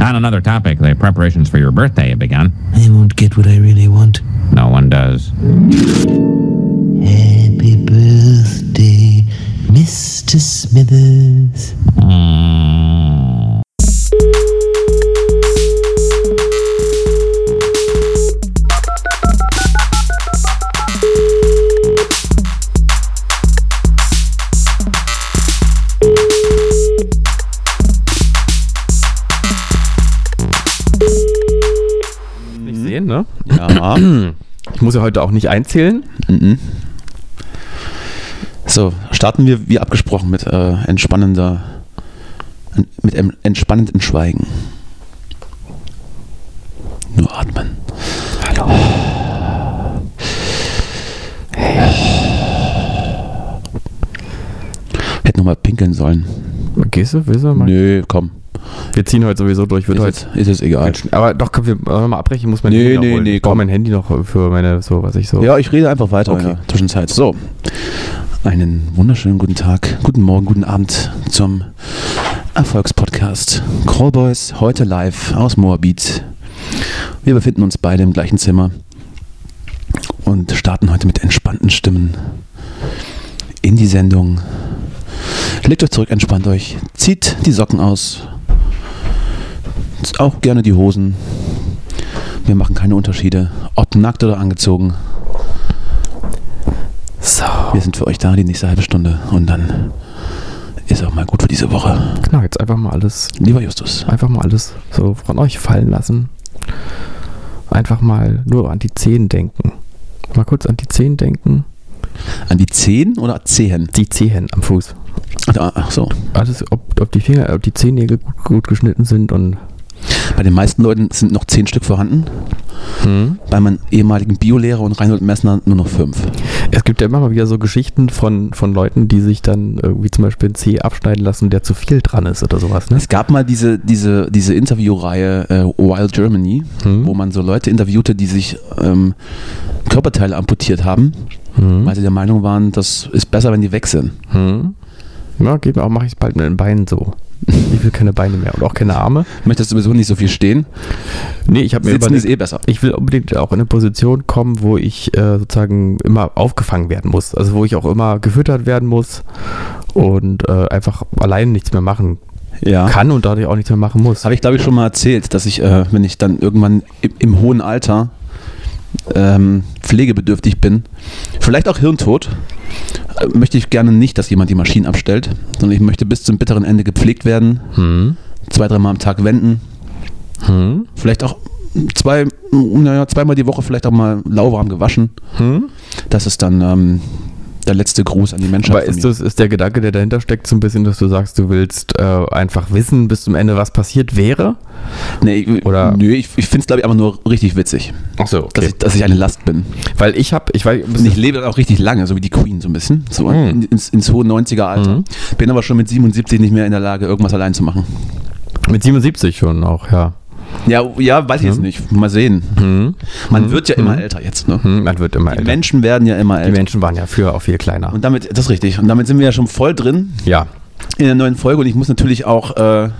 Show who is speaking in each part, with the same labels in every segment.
Speaker 1: On another topic, the preparations for your birthday have begun.
Speaker 2: I won't get what I really want.
Speaker 1: No one does.
Speaker 2: Happy birthday, Mr. Smithers.
Speaker 1: Mm.
Speaker 3: Nicht sehen, ne?
Speaker 4: Ja.
Speaker 3: Ich muss ja heute auch nicht einzählen.
Speaker 4: Mhm. So, starten wir wie abgesprochen mit äh, entspannender, en- mit em- entspannendem Schweigen. Nur atmen. Hallo. Hätte nochmal pinkeln sollen.
Speaker 3: Gehst du, willst du mal?
Speaker 4: Nö, komm.
Speaker 3: Wir ziehen heute sowieso durch, wird
Speaker 4: Ist
Speaker 3: heute.
Speaker 4: es, ist es egal.
Speaker 3: Aber doch, können wir äh, mal abbrechen, ich muss mein
Speaker 4: Nee,
Speaker 3: Handy
Speaker 4: nee,
Speaker 3: abholen.
Speaker 4: nee,
Speaker 3: Ich brauche
Speaker 4: komm.
Speaker 3: mein Handy noch für meine, so, was ich so.
Speaker 4: Ja, ich rede einfach weiter.
Speaker 3: Okay.
Speaker 4: Okay. Ja, Zwischenzeit. So. Einen wunderschönen guten Tag, guten Morgen, guten Abend zum Erfolgspodcast. Callboys heute live aus Moabit. Wir befinden uns beide im gleichen Zimmer und starten heute mit entspannten Stimmen in die Sendung. Legt euch zurück, entspannt euch, zieht die Socken aus, auch gerne die Hosen. Wir machen keine Unterschiede, ob nackt oder angezogen.
Speaker 3: So,
Speaker 4: Wir sind für euch da die nächste halbe Stunde und dann ist auch mal gut für diese Woche.
Speaker 3: genau, jetzt einfach mal alles,
Speaker 4: Lieber Justus,
Speaker 3: einfach mal alles so von euch fallen lassen. Einfach mal nur an die Zehen denken. Mal kurz an die Zehen denken.
Speaker 4: an die Zehen oder Zehen?
Speaker 3: Die Zehen am Fuß.
Speaker 4: Ah, Ach so.
Speaker 3: Alles, ob, ob die Finger, ob die Zehennägel gut, gut geschnitten sind und.
Speaker 4: Bei den meisten Leuten sind noch zehn Stück vorhanden.
Speaker 3: Hm?
Speaker 4: Bei meinem ehemaligen Biolehrer und Reinhold Messner nur noch fünf.
Speaker 3: Es gibt ja immer mal wieder so Geschichten von, von Leuten, die sich dann irgendwie zum Beispiel einen Zeh abschneiden lassen, der zu viel dran ist oder sowas. Ne?
Speaker 4: Es gab mal diese, diese, diese Interviewreihe äh, Wild Germany,
Speaker 3: Hm?
Speaker 4: wo man so Leute interviewte, die sich ähm, Körperteile amputiert haben,
Speaker 3: Hm?
Speaker 4: weil sie der Meinung waren, das ist besser, wenn die weg sind.
Speaker 3: Hm? Ja, geht mir auch, mache ich es bald mit den Beinen so. Ich will keine Beine mehr und auch keine Arme.
Speaker 4: Möchtest du sowieso nicht so viel stehen?
Speaker 3: Nee, ich habe mir
Speaker 4: Sitzen ist
Speaker 3: überlegt,
Speaker 4: eh besser.
Speaker 3: ich will unbedingt auch in eine Position kommen, wo ich äh, sozusagen immer aufgefangen werden muss. Also wo ich auch immer gefüttert werden muss und äh, einfach allein nichts mehr machen
Speaker 4: Ja.
Speaker 3: kann und dadurch auch nichts mehr machen muss.
Speaker 4: Habe ich, glaube ich, schon mal erzählt, dass ich, äh, wenn ich dann irgendwann im, im hohen Alter ähm, pflegebedürftig bin, vielleicht auch hirntot, äh, möchte ich gerne nicht, dass jemand die Maschinen abstellt, sondern ich möchte bis zum bitteren Ende gepflegt werden,
Speaker 3: Hm?
Speaker 4: zwei, dreimal am Tag wenden,
Speaker 3: Hm?
Speaker 4: vielleicht auch zwei, naja, zweimal die Woche vielleicht auch mal lauwarm gewaschen.
Speaker 3: Hm?
Speaker 4: Das ist dann ähm, der letzte Gruß an die Menschheit.
Speaker 3: Aber
Speaker 4: von
Speaker 3: ist,
Speaker 4: mir.
Speaker 3: das, ist der Gedanke, der dahinter steckt, so ein bisschen, dass du sagst, du willst äh, einfach wissen bis zum Ende, was passiert wäre?
Speaker 4: nee, ich,
Speaker 3: oder-
Speaker 4: nö, ich, ich finde es, glaube ich, einfach nur richtig witzig,
Speaker 3: Ach so,
Speaker 4: dass, ich, dass ich eine Last bin.
Speaker 3: Weil ich habe, ich weiß,
Speaker 4: Und ich lebe dann auch richtig lange, so wie die Queen so ein bisschen. So
Speaker 3: Mhm.
Speaker 4: in- ins, ins hohe 90er-Alter.
Speaker 3: Mhm.
Speaker 4: Bin aber schon mit 77 nicht mehr in der Lage, irgendwas allein zu machen.
Speaker 3: mit 77 schon auch, ja.
Speaker 4: Ja, oh, ja weiß ich
Speaker 3: Mhm.
Speaker 4: jetzt nicht. Mal sehen.
Speaker 3: Hm?
Speaker 4: Man wird ja immer älter jetzt. Ne?
Speaker 3: Hm, man wird immer
Speaker 4: Die
Speaker 3: älter.
Speaker 4: Menschen werden ja immer
Speaker 3: Die
Speaker 4: älter.
Speaker 3: Menschen waren ja früher auch viel kleiner.
Speaker 4: Und damit, das ist richtig. Und damit sind wir ja schon voll drin
Speaker 3: ja.
Speaker 4: in der neuen Folge. Und ich muss natürlich auch äh,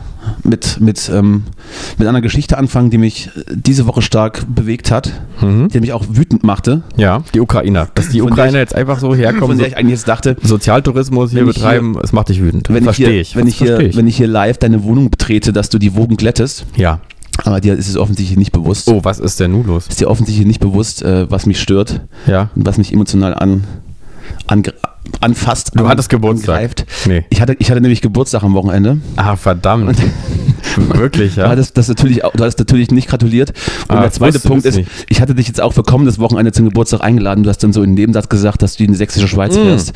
Speaker 4: mit, mit, ähm, mit einer Geschichte anfangen, die mich äh, diese Woche stark bewegt hat,
Speaker 3: Mhm.
Speaker 4: die mich auch wütend machte.
Speaker 3: Ja, die Ukrainer. Dass die
Speaker 4: Von der
Speaker 3: Ukrainer jetzt einfach so herkommen,
Speaker 4: Von
Speaker 3: so
Speaker 4: der ich eigentlich jetzt dachte,
Speaker 3: Sozialtourismus hier
Speaker 4: Wenn ich
Speaker 3: betreiben, es macht dich wütend.
Speaker 4: wenn ich,
Speaker 3: Verstehe
Speaker 4: hier,
Speaker 3: ich.
Speaker 4: Wenn, ich hier,
Speaker 3: Verstehe ich.
Speaker 4: wenn ich hier live deine Wohnung betrete, dass du die Wogen glättest.
Speaker 3: ja.
Speaker 4: Aber dir ist es offensichtlich nicht bewusst.
Speaker 3: Oh, was ist denn nun los?
Speaker 4: Ist dir offensichtlich nicht bewusst, äh, was mich stört
Speaker 3: Ja.
Speaker 4: und was mich emotional an, angre- anfasst.
Speaker 3: Du
Speaker 4: an-
Speaker 3: hattest Geburtstag.
Speaker 4: angreift.
Speaker 3: Nee.
Speaker 4: Ich hatte, ich hatte nämlich Geburtstag am Wochenende.
Speaker 3: Ah, verdammt. Wirklich,
Speaker 4: Du,
Speaker 3: ja.
Speaker 4: hattest das natürlich, auch- du hattest natürlich nicht gratuliert. Und
Speaker 3: Ah,
Speaker 4: der zweite
Speaker 3: wusste
Speaker 4: Punkt
Speaker 3: das
Speaker 4: ist, ich hatte dich jetzt auch für kommendes Wochenende zum Geburtstag eingeladen. Du hast dann so in den Nebensatz gesagt, dass du in die sächsische Schweiz fährst.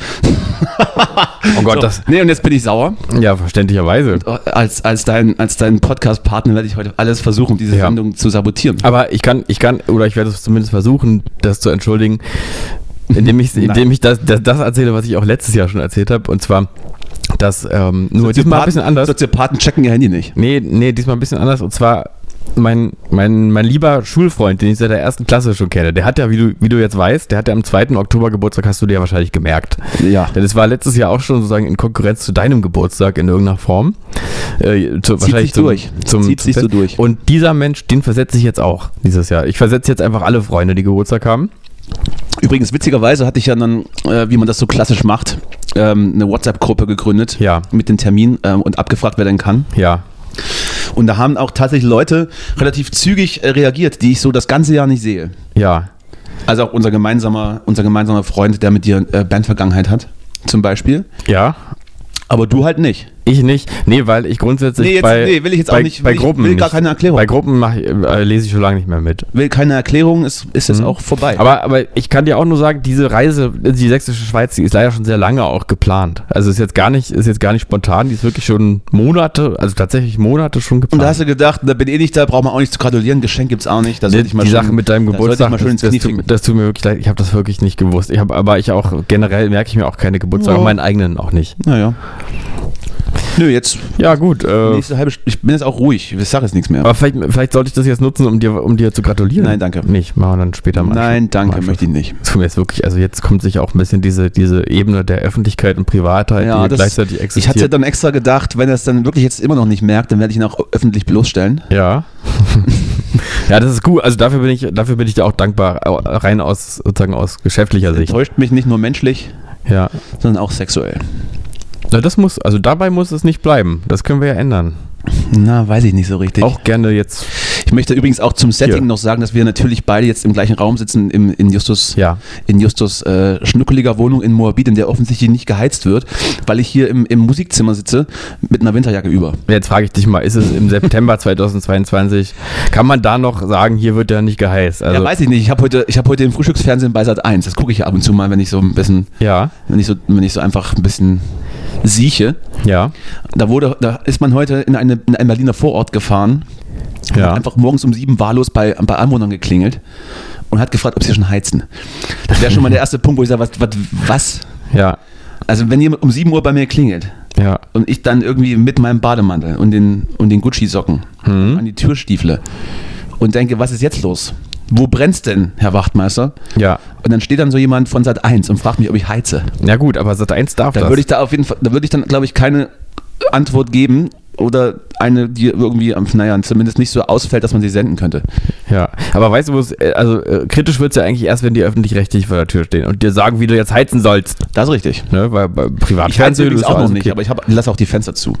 Speaker 3: Oh Gott,
Speaker 4: So.
Speaker 3: Mm. das.
Speaker 4: Nee, und jetzt bin ich sauer.
Speaker 3: Ja, verständlicherweise.
Speaker 4: Als, als dein, als dein Podcast-Partner werde ich heute alles versuchen, um diese
Speaker 3: Ja.
Speaker 4: Sendung zu sabotieren.
Speaker 3: Aber ich kann, ich kann, oder ich werde es zumindest versuchen, das zu entschuldigen, indem ich, indem ich das, das, das erzähle, was ich auch letztes Jahr schon erzählt habe. Und zwar, dass ähm, nur diesmal ein bisschen anders.
Speaker 4: Soziopaten checken ihr Handy nicht.
Speaker 3: Nee, nee, diesmal ein bisschen anders. Und zwar mein, mein, mein lieber Schulfreund, den ich seit der ersten Klasse schon kenne, der hat ja, wie du, wie du jetzt weißt, der hat ja am 2. Oktober Geburtstag, hast du dir ja wahrscheinlich gemerkt.
Speaker 4: Ja.
Speaker 3: Denn es war letztes Jahr auch schon sozusagen in Konkurrenz zu deinem Geburtstag in irgendeiner Form. Äh, zu,
Speaker 4: Zieht sich
Speaker 3: zum-
Speaker 4: durch.
Speaker 3: Zum,
Speaker 4: Zieht
Speaker 3: zum
Speaker 4: sich so
Speaker 3: Fest.
Speaker 4: durch.
Speaker 3: Und dieser Mensch, den versetze ich jetzt auch dieses Jahr. Ich versetze jetzt einfach alle Freunde, die Geburtstag haben.
Speaker 4: Übrigens, witzigerweise hatte ich ja dann, äh, wie man das so klassisch macht, ähm, eine WhatsApp-Gruppe gegründet
Speaker 3: Ja.
Speaker 4: mit dem Termin ähm, und abgefragt, wer denn kann.
Speaker 3: Ja.
Speaker 4: Und da haben auch tatsächlich Leute relativ zügig äh, reagiert, die ich so das ganze Jahr nicht sehe.
Speaker 3: Ja.
Speaker 4: Also auch unser gemeinsamer, unser gemeinsamer Freund, der mit dir äh, Bandvergangenheit hat, zum Beispiel.
Speaker 3: Ja.
Speaker 4: Aber du halt nicht.
Speaker 3: Ich nicht. Nee, weil ich grundsätzlich.
Speaker 4: Nee, jetzt-
Speaker 3: bei,
Speaker 4: nee, will ich jetzt auch
Speaker 3: bei,
Speaker 4: nicht-
Speaker 3: Bei
Speaker 4: will ich-
Speaker 3: Gruppen.
Speaker 4: will gar
Speaker 3: nicht.
Speaker 4: keine Erklärung.
Speaker 3: Bei Gruppen mach ich, äh, lese ich schon lange nicht mehr mit.
Speaker 4: Will keine Erklärung, ist, ist jetzt auch vorbei.
Speaker 3: Mhm. Aber, aber ich kann dir auch nur sagen, diese Reise in die sächsische Schweiz, die ist leider schon sehr lange auch geplant. Also ist jetzt gar nicht, ist jetzt gar nicht spontan, die ist wirklich schon Monate, also tatsächlich Monate schon
Speaker 4: und
Speaker 3: geplant.
Speaker 4: da hast du gedacht, da bin ich nicht da, braucht man auch nicht zu gratulieren, Geschenk gibt's auch nicht. Das
Speaker 3: die
Speaker 4: sollte Also ich mal
Speaker 3: Ne, die
Speaker 4: schön-
Speaker 3: Sache mit deinem
Speaker 4: das
Speaker 3: Geburtstag,
Speaker 4: Sollte ich mal schön ins
Speaker 3: das,
Speaker 4: Knie
Speaker 3: das,
Speaker 4: ficken.
Speaker 3: tut, das tut mir wirklich leid, ich habe das wirklich nicht gewusst. Ich habe, aber ich auch generell merke ich mir auch keine Geburtstage,
Speaker 4: Ja.
Speaker 3: meinen eigenen auch nicht.
Speaker 4: Naja. Nö, jetzt
Speaker 3: Ja gut, äh,
Speaker 4: nächste halbe St- Ich bin jetzt auch ruhig. Ich sage jetzt nichts mehr.
Speaker 3: aber vielleicht, vielleicht sollte ich das jetzt nutzen, um dir, um dir zu gratulieren.
Speaker 4: Nein, danke.
Speaker 3: Nicht, machen wir dann später mal.
Speaker 4: Nein, danke, möchte ich nicht.
Speaker 3: Tut mir jetzt wirklich, also jetzt kommt sich auch ein bisschen diese, diese Ebene der Öffentlichkeit und Privatheit, die gleichzeitig existiert.
Speaker 4: ich hatte dann extra gedacht, wenn er es dann wirklich jetzt immer noch nicht merkt, dann werde ich ihn auch öffentlich bloßstellen.
Speaker 3: Ja. ja, das ist gut. Also dafür bin ich, dafür bin ich dir auch dankbar, au- rein aus sozusagen aus geschäftlicher Sicht.
Speaker 4: Enttäuscht mich nicht nur menschlich,
Speaker 3: Ja.
Speaker 4: sondern auch sexuell.
Speaker 3: Na, das muss, also dabei muss es nicht bleiben. Das können wir ja ändern.
Speaker 4: Na, weiß ich nicht so richtig.
Speaker 3: Auch gerne jetzt.
Speaker 4: ich möchte übrigens auch zum Setting
Speaker 3: Hier.
Speaker 4: noch sagen, dass wir natürlich beide jetzt im gleichen Raum sitzen, im, in Justus,
Speaker 3: Ja.
Speaker 4: in Justus äh, schnuckeliger Wohnung in Moabit, in der offensichtlich nicht geheizt wird, weil ich hier im, im Musikzimmer sitze mit einer Winterjacke über.
Speaker 3: Jetzt frage ich dich mal, ist es im September 2022, kann man da noch sagen, hier wird ja nicht geheißt? Also,
Speaker 4: ja, weiß ich nicht. Ich habe heute, ich hab heute im Frühstücksfernsehen bei Sat 1. Das gucke ich ja ab und zu mal, wenn ich so ein bisschen,
Speaker 3: ja,
Speaker 4: wenn ich so, wenn ich so einfach ein bisschen sieche.
Speaker 3: ja,
Speaker 4: Da wurde, da ist man heute in, eine, in einen Berliner Vorort gefahren,
Speaker 3: ja.
Speaker 4: hat einfach morgens um sieben wahllos bei, bei Anwohnern geklingelt und hat gefragt, ob sie schon heizen. Das wäre schon mal der erste Punkt, wo ich sage, was, was, was?
Speaker 3: ja,
Speaker 4: Also wenn jemand um sieben Uhr bei mir klingelt
Speaker 3: ja.
Speaker 4: und ich dann irgendwie mit meinem Bademantel und den, und den Gucci-Socken an die Tür stiefle und denke, was ist jetzt los? Wo brennt's denn, Herr Wachtmeister?
Speaker 3: Ja,
Speaker 4: Und dann steht dann so jemand von Sat 1 und fragt mich, ob ich heize.
Speaker 3: ja gut, aber Sat 1 darf
Speaker 4: Da
Speaker 3: das.
Speaker 4: würde ich da auf jeden Fall, da würde ich dann, glaube ich, keine Antwort geben oder eine, die irgendwie, am- naja, zumindest nicht so ausfällt, dass man sie senden könnte.
Speaker 3: Ja, aber weißt du, wo es, äh, also äh, kritisch wird es ja eigentlich erst, wenn die öffentlich-rechtlich vor der Tür stehen und dir sagen, wie du jetzt heizen sollst.
Speaker 4: Das ist richtig.
Speaker 3: Ne? Weil bei
Speaker 4: Ich heize
Speaker 3: Privatfernsehen
Speaker 4: übrigens
Speaker 3: ist
Speaker 4: auch noch
Speaker 3: alles
Speaker 4: nicht,
Speaker 3: okay.
Speaker 4: aber ich hab- lasse auch die Fenster zu.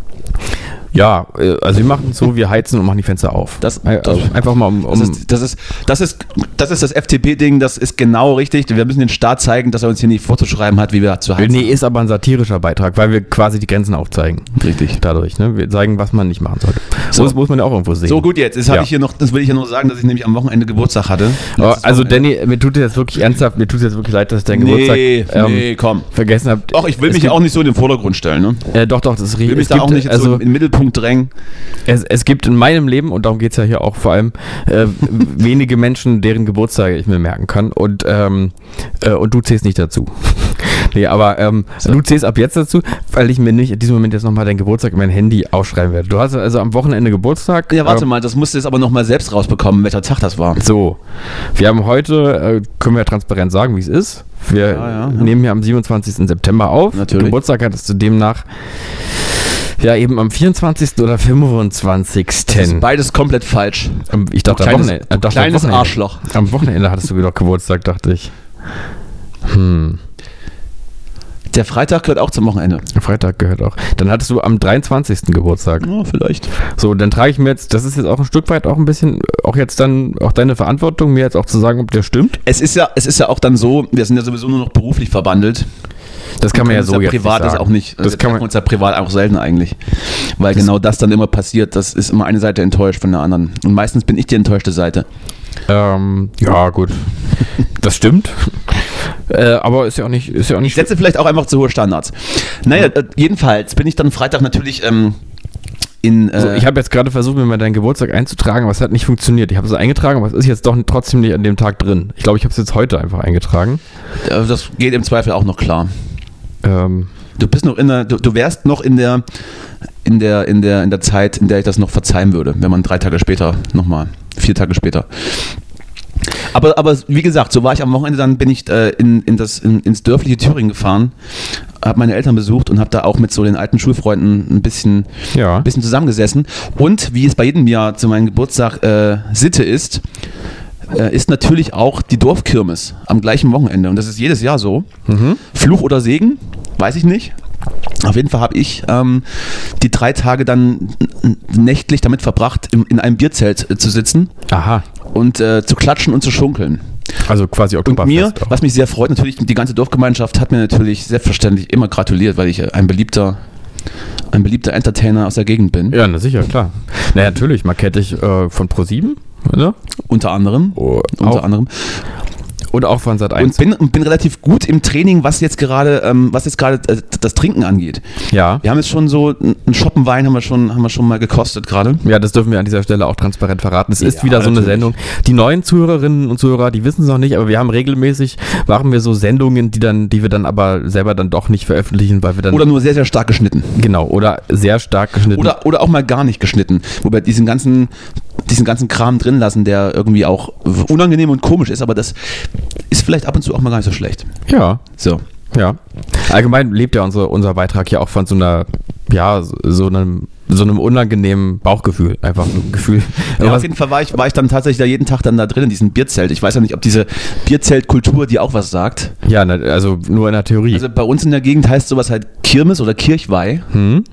Speaker 3: Ja, äh, also wir machen es so, wir heizen und machen die Fenster auf.
Speaker 4: Das-
Speaker 3: Ei-
Speaker 4: das-
Speaker 3: äh, einfach mal um, um
Speaker 4: Das ist das, ist, das, ist, das, ist das FTP-Ding, das ist genau richtig. Wir müssen den Staat zeigen, dass er uns hier nicht vorzuschreiben hat, wie wir zu heizen.
Speaker 3: Nee, ist aber ein satirischer Beitrag, weil wir quasi die Grenzen aufzeigen.
Speaker 4: Richtig.
Speaker 3: Dadurch, ne? Wir zeigen, was man nicht machen sollte.
Speaker 4: So.
Speaker 3: So muss, muss man ja auch irgendwo sehen.
Speaker 4: So gut jetzt, das, hab
Speaker 3: Ja.
Speaker 4: ich hier noch, das will ich ja nur sagen, dass ich nämlich am Wochenende Geburtstag hatte.
Speaker 3: Aber,
Speaker 4: Letztes
Speaker 3: also
Speaker 4: Wochenende.
Speaker 3: Danny, mir tut jetzt wirklich ernsthaft, mir tut jetzt wirklich leid, dass ich deinen
Speaker 4: Nee,
Speaker 3: Geburtstag ähm,
Speaker 4: nee, komm.
Speaker 3: vergessen habe.
Speaker 4: Doch, ich will mich auch nicht so in den Vordergrund stellen. Ne?
Speaker 3: Äh, doch, doch, das ist richtig.
Speaker 4: will mich
Speaker 3: Es
Speaker 4: da
Speaker 3: gibt,
Speaker 4: auch nicht jetzt so
Speaker 3: also,
Speaker 4: in den Mittelpunkt drängen.
Speaker 3: Es, es gibt in meinem Leben, und darum geht es ja hier auch vor allem, äh, wenige Menschen, deren Geburtstage ich mir merken kann. Und, ähm, äh, und du zählst nicht dazu. nee, aber ähm, du zählst ab jetzt dazu, weil ich mir nicht in diesem Moment jetzt nochmal deinen Geburtstag in mein Handy ausschreiben werde. Du hast also am Wochenende Geburtstag. Ähm,
Speaker 4: Ja, warte mal, das musst du jetzt aber nochmal selbst rausbekommen, welcher Tag das war.
Speaker 3: So, wir haben heute, äh, können wir transparent sagen, wie es ist. Wir
Speaker 4: Ja, ja, ja.
Speaker 3: nehmen hier am 27. September auf.
Speaker 4: Natürlich.
Speaker 3: Geburtstag hattest du demnach ja eben am 24. oder 25.
Speaker 4: Das ist beides komplett falsch.
Speaker 3: Ähm, Ich dachte,
Speaker 4: Du
Speaker 3: am
Speaker 4: kleines-
Speaker 3: Wochenende-
Speaker 4: du
Speaker 3: äh, dachte am
Speaker 4: kleines
Speaker 3: Wochenende-
Speaker 4: Arschloch.
Speaker 3: Am Wochenende hattest du doch Geburtstag, dachte ich. Hm,
Speaker 4: Der Freitag gehört auch zum Wochenende.
Speaker 3: Freitag gehört auch. Dann hattest du am 23. Geburtstag.
Speaker 4: Ja, vielleicht.
Speaker 3: So, dann trage ich mir jetzt, das ist jetzt auch ein Stück weit auch ein bisschen, äh, auch jetzt dann, auch deine Verantwortung, mir jetzt auch zu sagen, ob der stimmt.
Speaker 4: Es ist ja, es ist ja auch dann so, wir sind ja sowieso nur noch beruflich verbandelt.
Speaker 3: Das kann man ja
Speaker 4: uns
Speaker 3: so jetzt
Speaker 4: privat
Speaker 3: nicht
Speaker 4: das
Speaker 3: sagen.
Speaker 4: auch
Speaker 3: Das
Speaker 4: nicht. wir
Speaker 3: kann
Speaker 4: treffen
Speaker 3: man,
Speaker 4: uns ja privat auch selten eigentlich, weil genau das dann immer passiert. Das ist immer eine Seite enttäuscht von der anderen und meistens bin ich die enttäuschte Seite.
Speaker 3: ähm, ja, gut. Das stimmt. äh, aber ist ja auch nicht, ist ja auch nicht
Speaker 4: Ich setze vielleicht auch einfach zu hohe Standards. Naja, äh, jedenfalls bin ich dann Freitag natürlich ähm, in. Äh,
Speaker 3: So, Also, ich habe jetzt gerade versucht, mir mal deinen Geburtstag einzutragen, aber es hat nicht funktioniert. Ich habe es eingetragen, aber es ist jetzt doch trotzdem nicht an dem Tag drin. Ich glaube, ich habe es jetzt heute einfach eingetragen.
Speaker 4: äh, das geht im Zweifel auch noch klar.
Speaker 3: Ähm,
Speaker 4: Du bist noch in der, du, du wärst noch in der, in der, in der, in der Zeit, in der ich das noch verzeihen würde, wenn man drei Tage später nochmal, vier Tage später. Aber, aber wie gesagt, so war ich am Wochenende, dann bin ich äh, in, in das, in, ins dörfliche Thüringen gefahren, habe meine Eltern besucht und habe da auch mit so den alten Schulfreunden ein bisschen,
Speaker 3: Ja.
Speaker 4: ein bisschen zusammengesessen. Und wie es bei jedem Jahr zu meinem Geburtstag äh, Sitte ist, äh, ist natürlich auch die Dorfkirmes am gleichen Wochenende. Und das ist jedes Jahr so. Fluch oder Segen, weiß ich nicht. Auf jeden Fall habe ich ähm, die drei Tage dann n- n- nächtlich damit verbracht, im, in einem Bierzelt äh, zu sitzen
Speaker 3: Aha.
Speaker 4: und äh, zu klatschen und zu schunkeln.
Speaker 3: Also quasi
Speaker 4: Und
Speaker 3: Oktoberfest.
Speaker 4: mir,
Speaker 3: auch.
Speaker 4: was mich sehr freut, natürlich, die ganze Dorfgemeinschaft hat mir natürlich selbstverständlich immer gratuliert, weil ich äh, ein beliebter, ein beliebter Entertainer aus der Gegend bin.
Speaker 3: Ja, na sicher, klar. Na ja, natürlich, man kennt dich äh, von Pro7, ne?
Speaker 4: Unter anderem.
Speaker 3: Oh,
Speaker 4: Unter
Speaker 3: auch,
Speaker 4: anderem.
Speaker 3: und auch von Sat 1.
Speaker 4: Und bin, und bin relativ gut im Training, was jetzt gerade, ähm, was jetzt gerade äh, das Trinken angeht.
Speaker 3: ja.
Speaker 4: Wir haben jetzt schon so einen Schoppen Wein haben wir schon, haben wir schon mal gekostet gerade.
Speaker 3: Ja, das dürfen wir an dieser Stelle auch transparent verraten. Es ist
Speaker 4: Ja,
Speaker 3: wieder so eine
Speaker 4: natürlich.
Speaker 3: Sendung. Die neuen Zuhörerinnen und Zuhörer, die wissen es noch nicht, aber wir haben regelmäßig, machen wir so Sendungen, die dann, die wir dann aber selber dann doch nicht veröffentlichen, weil wir dann
Speaker 4: Oder nur sehr, sehr stark geschnitten.
Speaker 3: genau oder sehr stark geschnitten.
Speaker 4: Oder, oder auch mal gar nicht geschnitten. Wobei diesen ganzen, diesen ganzen Kram drin lassen, der irgendwie auch unangenehm und komisch ist, aber das ist vielleicht ab und zu auch mal gar nicht so schlecht.
Speaker 3: ja,
Speaker 4: So.
Speaker 3: ja. Allgemein lebt ja unsere, unser Beitrag ja auch von so einer, ja, so- so einem, so einem unangenehmen Bauchgefühl, einfach so ein Gefühl.
Speaker 4: Ja, auf
Speaker 3: Was-
Speaker 4: jeden Fall war ich, war ich dann tatsächlich da jeden Tag dann da drin in diesem Bierzelt. Ich weiß ja nicht, ob diese Bierzeltkultur dir auch was sagt.
Speaker 3: ja na, also nur in der Theorie.
Speaker 4: Also bei uns in der Gegend heißt sowas halt Kirmes oder Kirchweih
Speaker 3: hm?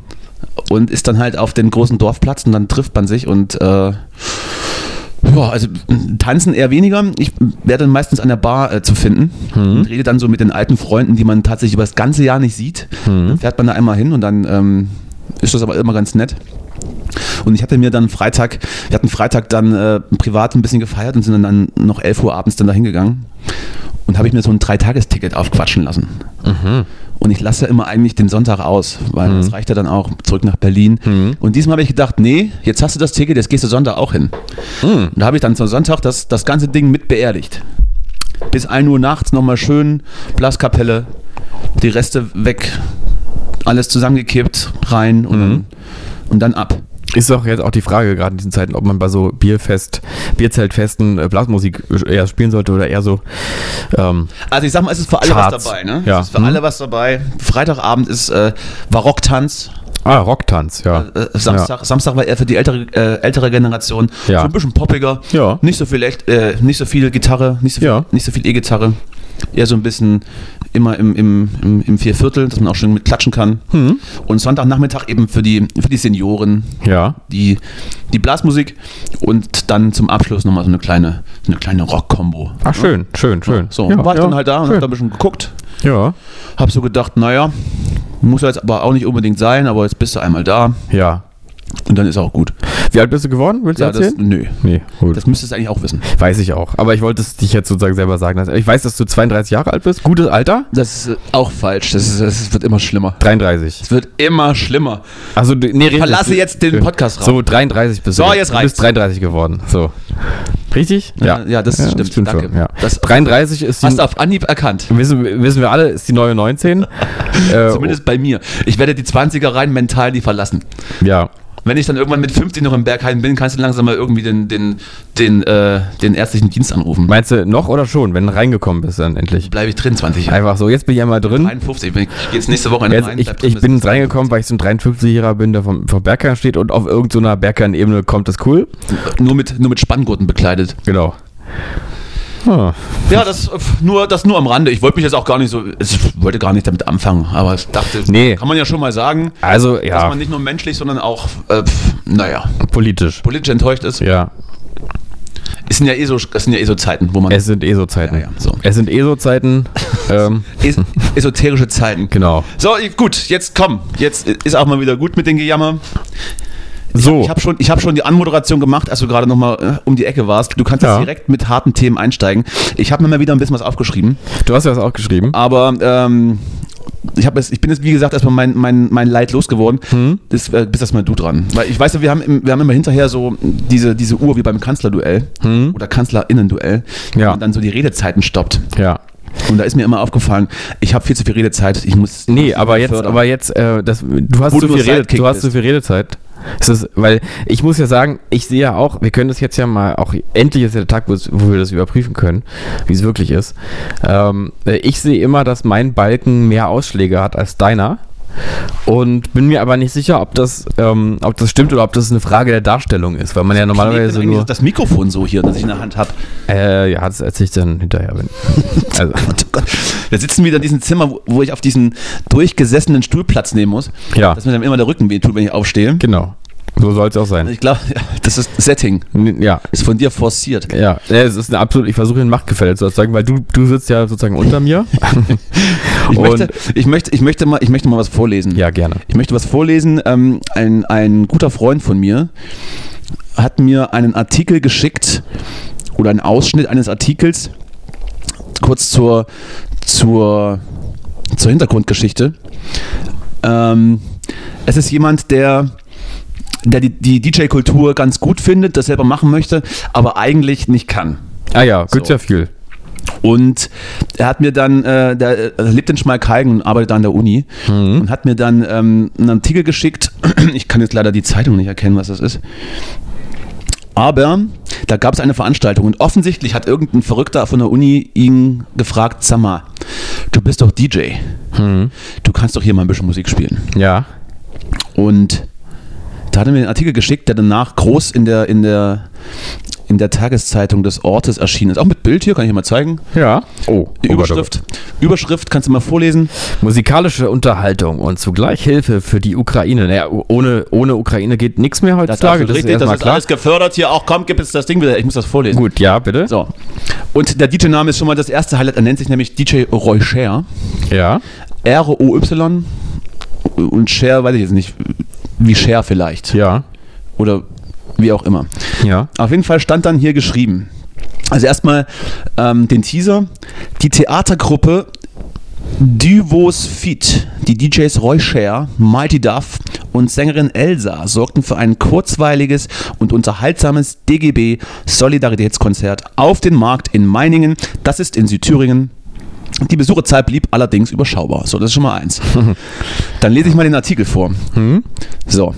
Speaker 4: und ist dann halt auf den großen Dorfplatz und dann trifft man sich und äh, ja, also m, tanzen eher weniger. Ich werde dann meistens an der Bar äh, zu finden und rede dann so mit den alten Freunden, die man tatsächlich über das ganze Jahr nicht sieht. Dann fährt man da einmal hin und dann ähm, ist das aber immer ganz nett. Und ich hatte mir dann Freitag, wir hatten Freitag dann äh, privat ein bisschen gefeiert und sind dann, dann noch 11 Uhr abends dann da hingegangen und habe ich mir so ein Dreitagesticket aufquatschen lassen. Und ich lasse immer eigentlich den Sonntag aus, weil
Speaker 3: Mhm.
Speaker 4: das reicht ja dann auch zurück nach Berlin. Und diesmal habe ich gedacht, nee, jetzt hast du das Ticket, jetzt gehst du Sonntag auch hin.
Speaker 3: Mhm.
Speaker 4: Und da habe ich dann zum Sonntag das, das ganze Ding mit beerdigt. Bis 1 Uhr nachts nochmal schön, Blaskapelle, die Reste weg, alles zusammengekippt, rein und,
Speaker 3: Mhm.
Speaker 4: dann, und dann ab.
Speaker 3: Ist doch jetzt auch die Frage, gerade in diesen Zeiten, ob man bei so Bierfest, Bierzeltfesten äh, Blasmusik eher spielen sollte oder eher so. Ähm,
Speaker 4: Also ich sag mal, es ist für alle
Speaker 3: Charts.
Speaker 4: was dabei, ne?
Speaker 3: Ja. Mhm.
Speaker 4: Es ist für alle was dabei. Freitagabend ist äh, war Rocktanz,
Speaker 3: ah, Rocktanz, ja.
Speaker 4: äh, Samstag, Samstag war eher für die ältere, äh, ältere Generation.
Speaker 3: Ja.
Speaker 4: So ein bisschen poppiger.
Speaker 3: Ja.
Speaker 4: Nicht so viel echt, äh, nicht so viel Gitarre, nicht so viel,
Speaker 3: Ja.
Speaker 4: nicht so viel E-Gitarre. Eher so ein bisschen immer im, im, im, im Vierviertel, dass man auch schön mit klatschen kann.
Speaker 3: Mhm.
Speaker 4: Und Sonntagnachmittag eben für die, für die Senioren,
Speaker 3: Ja. ja.
Speaker 4: die, die Blasmusik und dann zum Abschluss nochmal so eine kleine, so eine kleine Rock-Kombo.
Speaker 3: Ach, Ah, schön, schön, schön.
Speaker 4: So,
Speaker 3: ja,
Speaker 4: war ich
Speaker 3: ja,
Speaker 4: dann halt da und hab
Speaker 3: schön.
Speaker 4: da ein bisschen geguckt.
Speaker 3: Ja,
Speaker 4: Hab so gedacht, naja, muss ja jetzt aber auch nicht unbedingt sein, aber jetzt bist du einmal da
Speaker 3: ja.
Speaker 4: und dann ist auch gut.
Speaker 3: Wie alt bist du geworden? Willst du
Speaker 4: Ja, das,
Speaker 3: erzählen?
Speaker 4: nö.
Speaker 3: nee, gut.
Speaker 4: Das müsstest du eigentlich auch wissen.
Speaker 3: weiß ich auch. Aber ich wollte es dich jetzt sozusagen selber sagen. lassen. Ich weiß, dass du 32 Jahre alt bist. Gutes Alter?
Speaker 4: Das ist äh, auch falsch. Das, ist, das wird immer schlimmer.
Speaker 3: 33.
Speaker 4: Es wird immer schlimmer.
Speaker 3: Also, du- nee,
Speaker 4: Verlasse
Speaker 3: du-
Speaker 4: jetzt den
Speaker 3: du-
Speaker 4: Podcastraum.
Speaker 3: So, 33 bist du.
Speaker 4: So, jetzt
Speaker 3: Du bist
Speaker 4: reicht's.
Speaker 3: 33 geworden. So. Richtig?
Speaker 4: Ja, ja, das stimmt. Danke.
Speaker 3: Schon, ja.
Speaker 4: Das-
Speaker 3: 33 ist die
Speaker 4: Hast du auf Anhieb erkannt.
Speaker 3: Wissen, wissen wir alle, ist die neue 19. äh,
Speaker 4: Zumindest bei mir. Ich werde die 20er rein mental nie verlassen.
Speaker 3: oh, Ja.
Speaker 4: Wenn ich dann irgendwann mit 50 noch im Bergheim bin, kannst du langsam mal irgendwie den, den, den, äh, den ärztlichen Dienst anrufen.
Speaker 3: Meinst du noch oder schon, wenn du reingekommen bist dann endlich?
Speaker 4: Bleibe ich drin, 20 Jahre.
Speaker 3: Einfach so, jetzt bin ich einmal drin.
Speaker 4: 51. Ich bin- ich gehe jetzt nächste Woche in
Speaker 3: Jetzt, ich, ich bin jetzt reingekommen, weil ich so ein 53-Jähriger bin, der vom, vom Bergkern steht und auf irgendeiner so Bergkern-Ebene kommt das cool.
Speaker 4: nur mit, nur mit Spanngurten bekleidet.
Speaker 3: Genau. Ah,
Speaker 4: Ja, das äh, nur, das nur am Rande. Ich wollte mich jetzt auch gar nicht so, ich wollte gar nicht damit anfangen, aber ich dachte,
Speaker 3: Nee.
Speaker 4: kann man ja schon mal sagen,
Speaker 3: Also,
Speaker 4: dass
Speaker 3: ja,
Speaker 4: man nicht nur menschlich, sondern auch, äh, pf, naja,
Speaker 3: politisch.
Speaker 4: politisch enttäuscht ist.
Speaker 3: Ja,
Speaker 4: Es sind ja eh so, es sind ja eh so Zeiten, wo man
Speaker 3: es sind eh so Zeiten.
Speaker 4: Ja, ja, so.
Speaker 3: Es sind eh so Zeiten. ähm,
Speaker 4: es, esoterische Zeiten.
Speaker 3: genau.
Speaker 4: So, ich- gut, jetzt komm, jetzt ist auch mal wieder gut mit den Gejammer.
Speaker 3: So,
Speaker 4: Ich habe schon, ich hab schon die Anmoderation gemacht, als du gerade nochmal äh, um die Ecke warst. Du kannst
Speaker 3: Ja.
Speaker 4: jetzt direkt mit harten Themen einsteigen. Ich habe mir mal wieder ein bisschen was aufgeschrieben.
Speaker 3: du hast ja was auch geschrieben.
Speaker 4: Aber ähm, ich, hab jetzt, ich bin jetzt, wie gesagt, erstmal mein, mein, mein Leid losgeworden.
Speaker 3: Hm?
Speaker 4: Das, äh, bist erstmal du dran. Weil ich weiß ja, wir haben, im, wir haben immer hinterher so diese, diese Uhr wie beim Kanzlerduell oder KanzlerInnen-Duell,
Speaker 3: Hm? Ja.
Speaker 4: wo man dann so die Redezeiten stoppt.
Speaker 3: Ja.
Speaker 4: Und da ist mir immer aufgefallen, ich habe viel zu viel Redezeit. Ich muss.
Speaker 3: Nee, aber jetzt,
Speaker 4: fördern.
Speaker 3: aber jetzt, äh, das, du hast
Speaker 4: Wo
Speaker 3: zu
Speaker 4: du
Speaker 3: viel,
Speaker 4: nur
Speaker 3: Rede,
Speaker 4: Sidekick
Speaker 3: du hast
Speaker 4: bist.
Speaker 3: zu viel Redezeit. Es ist, weil ich muss ja sagen, ich sehe ja auch, wir können das jetzt ja mal auch, endlich ist ja der Tag, wo es- wo wir das überprüfen können, wie es wirklich ist. Ähm, äh, ich sehe immer, dass mein Balken mehr Ausschläge hat als deiner. Und bin mir aber nicht sicher, ob das, ähm, ob das stimmt oder ob das eine Frage der Darstellung ist, weil man ja
Speaker 4: Klebt
Speaker 3: normalerweise
Speaker 4: denn eigentlich
Speaker 3: nur.
Speaker 4: das Mikrofon so hier, das ich in der Hand habe.
Speaker 3: Äh, ja, das erzähle ich dann hinterher. Wenn, also,
Speaker 4: Da sitzen wir dann in diesem Zimmer, wo- wo ich auf diesen durchgesessenen Stuhl Platz nehmen muss,
Speaker 3: ja,
Speaker 4: dass mir dann immer der Rücken weh tut, wenn ich aufstehe.
Speaker 3: genau. So soll es auch sein.
Speaker 4: Ich glaube, das ist Setting.
Speaker 3: N- Ja,
Speaker 4: Ist von dir forciert.
Speaker 3: Ja, ja, es ist eine absolute, ich versuche ein Machtgefälle zu erzeugen, weil du, du sitzt ja sozusagen unter mir.
Speaker 4: Ich,
Speaker 3: Und-
Speaker 4: möchte, ich, möchte, ich, möchte, mal, ich möchte mal was vorlesen.
Speaker 3: ja, gerne.
Speaker 4: Ich möchte was vorlesen. Ähm, ein, ein guter Freund von mir hat mir einen Artikel geschickt oder einen Ausschnitt eines Artikels kurz zur, zur, zur Hintergrundgeschichte. Ähm, es ist jemand, der, der die, die DJ-Kultur ganz gut findet, das selber machen möchte, aber eigentlich nicht kann.
Speaker 3: Ah ja, gut,
Speaker 4: So.
Speaker 3: ja viel.
Speaker 4: Und er hat mir dann, äh, der äh, lebt in Schmalkalden und arbeitet da an der Uni und hat mir dann ähm, einen Artikel geschickt. Ich kann jetzt leider die Zeitung nicht erkennen, was das ist. Aber da gab es eine Veranstaltung und offensichtlich hat irgendein Verrückter von der Uni ihn gefragt, sag mal, du bist doch DJ. Du kannst doch hier mal ein bisschen Musik spielen.
Speaker 3: Ja.
Speaker 4: Und da hat er mir einen Artikel geschickt, der danach groß in der, in der, in der Tageszeitung des Ortes erschienen ist. Auch mit Bild hier, kann ich hier mal zeigen.
Speaker 3: Ja. Oh,
Speaker 4: Die Überschrift. Überschrift kannst du mal vorlesen.
Speaker 3: Musikalische Unterhaltung und zugleich Hilfe für die Ukraine. Naja, ohne, ohne Ukraine geht nichts mehr heutzutage.
Speaker 4: absolut richtig,
Speaker 3: erstmal
Speaker 4: das ist alles gefördert hier. Auch komm, gib jetzt das Ding wieder. Ich muss das vorlesen.
Speaker 3: Gut, ja, bitte.
Speaker 4: So. Und der DJ-Name ist schon mal das erste Highlight. Er nennt sich nämlich DJ Roy Scher.
Speaker 3: Ja.
Speaker 4: R-O-Y. Und Scher weiß ich jetzt nicht. Wie Scher vielleicht.
Speaker 3: Ja.
Speaker 4: Oder wie auch immer.
Speaker 3: Ja.
Speaker 4: Auf jeden Fall stand dann hier geschrieben. Also erstmal ähm, den Teaser. Die Theatergruppe Duos Feet, die DJs Roy Scher, Mighty Duff und Sängerin Elsa sorgten für ein kurzweiliges und unterhaltsames DGB Solidaritätskonzert auf den Markt in Meiningen. Das ist in Südthüringen. Die Besucherzahl blieb allerdings überschaubar. So, das ist schon mal eins. Dann lese ich mal den Artikel vor. So.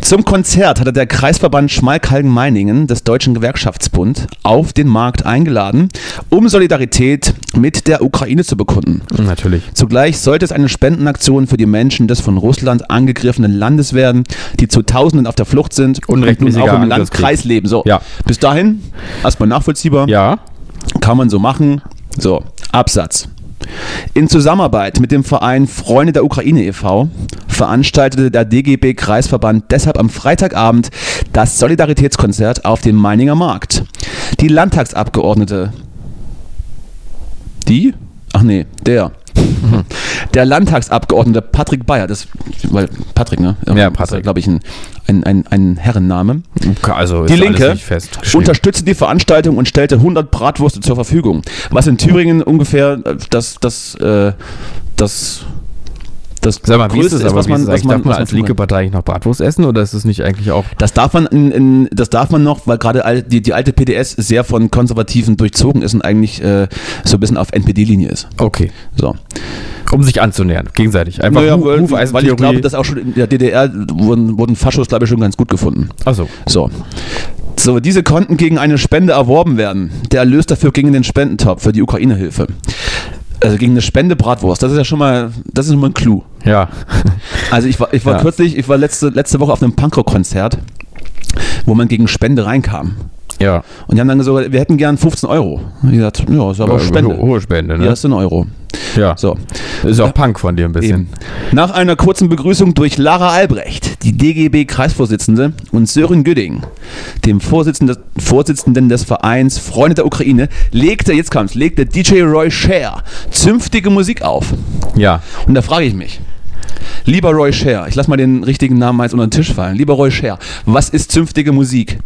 Speaker 4: Zum Konzert hatte der Kreisverband Schmalkalden-Meiningen des Deutschen Gewerkschaftsbund auf den Markt eingeladen, um Solidarität mit der Ukraine zu bekunden.
Speaker 3: Natürlich.
Speaker 4: Zugleich sollte es eine Spendenaktion für die Menschen des von Russland angegriffenen Landes werden, die zu Tausenden auf der Flucht sind
Speaker 3: Unrechtmäßiger
Speaker 4: und nun auch im
Speaker 3: Angriffskrieg.
Speaker 4: Landkreis leben. So,
Speaker 3: Ja.
Speaker 4: bis dahin erstmal nachvollziehbar
Speaker 3: Ja.
Speaker 4: kann man so machen. So, Absatz. In Zusammenarbeit mit dem Verein Freunde der Ukraine e.V. veranstaltete der DGB Kreisverband deshalb am Freitagabend das Solidaritätskonzert auf dem Meininger Markt. Die Landtagsabgeordnete die? Ach nee, der. Der Landtagsabgeordnete Patrick Bayer, das weil Patrick, ne?
Speaker 3: Ja,
Speaker 4: Das
Speaker 3: Patrick.
Speaker 4: ist, glaube ich, ein, ein, ein, ein Herrenname.
Speaker 3: Okay, Also ist
Speaker 4: Die
Speaker 3: alles
Speaker 4: Linke
Speaker 3: nicht festgeschrieben.
Speaker 4: unterstützte die Veranstaltung und stellte 100 Bratwürste zur Verfügung. Was in Thüringen ungefähr äh, das, das, äh, das, das
Speaker 3: Sag mal, wie ist
Speaker 4: Größte
Speaker 3: es aber?
Speaker 4: was
Speaker 3: wie ist
Speaker 4: man,
Speaker 3: es
Speaker 4: was
Speaker 3: eigentlich?
Speaker 4: man,
Speaker 3: Darf man
Speaker 4: was man
Speaker 3: als
Speaker 4: tun
Speaker 3: linke
Speaker 4: kann.
Speaker 3: Partei eigentlich noch Bratwurst essen oder ist es nicht eigentlich auch
Speaker 4: Das darf man, in, in, das darf man noch, weil gerade all, die, die alte PDS sehr von Konservativen durchzogen ist und eigentlich äh, so ein bisschen auf NPD-Linie ist.
Speaker 3: okay?
Speaker 4: So.
Speaker 3: Um sich anzunähern, gegenseitig. Einfach
Speaker 4: Naja,
Speaker 3: Hu-
Speaker 4: weil, weil
Speaker 3: Hufeisentheorie.
Speaker 4: ich glaube, dass auch schon in der DDR wurden, wurden Faschos, glaube ich, schon ganz gut gefunden.
Speaker 3: Ach so.
Speaker 4: So. So, diese konnten gegen eine Spende erworben werden. Der Erlös dafür ging in den Spendentopf für die Ukraine-Hilfe. Also gegen eine Spende Bratwurst. Das ist ja schon mal, das ist schon mal ein Clou.
Speaker 3: Ja.
Speaker 4: Also ich war, ich war
Speaker 3: Ja.
Speaker 4: kürzlich, ich war letzte, letzte Woche auf einem Punkrock-Konzert, wo man gegen Spende reinkam.
Speaker 3: Ja.
Speaker 4: Und die haben dann gesagt, wir hätten gern 15 Euro. Und ich gesagt, ja, ist aber
Speaker 3: Äh, Ho-
Speaker 4: Spende.
Speaker 3: Hohe Spende, ne?
Speaker 4: Hier hast du einen Euro.
Speaker 3: Ja.
Speaker 4: So.
Speaker 3: Ist auch Punk von dir ein bisschen.
Speaker 4: Eben. Nach einer kurzen Begrüßung durch Lara Albrecht, die DGB-Kreisvorsitzende, und Sören Güdding, dem Vorsitzende, Vorsitzenden des Vereins Freunde der Ukraine, legte, jetzt kam's, legte DJ Roy Scher zünftige Musik auf.
Speaker 3: Ja.
Speaker 4: Und da frage ich mich, lieber Roy Scher, ich lasse mal den richtigen Namen mal jetzt unter den Tisch fallen, lieber Roy Scher, was ist zünftige Musik?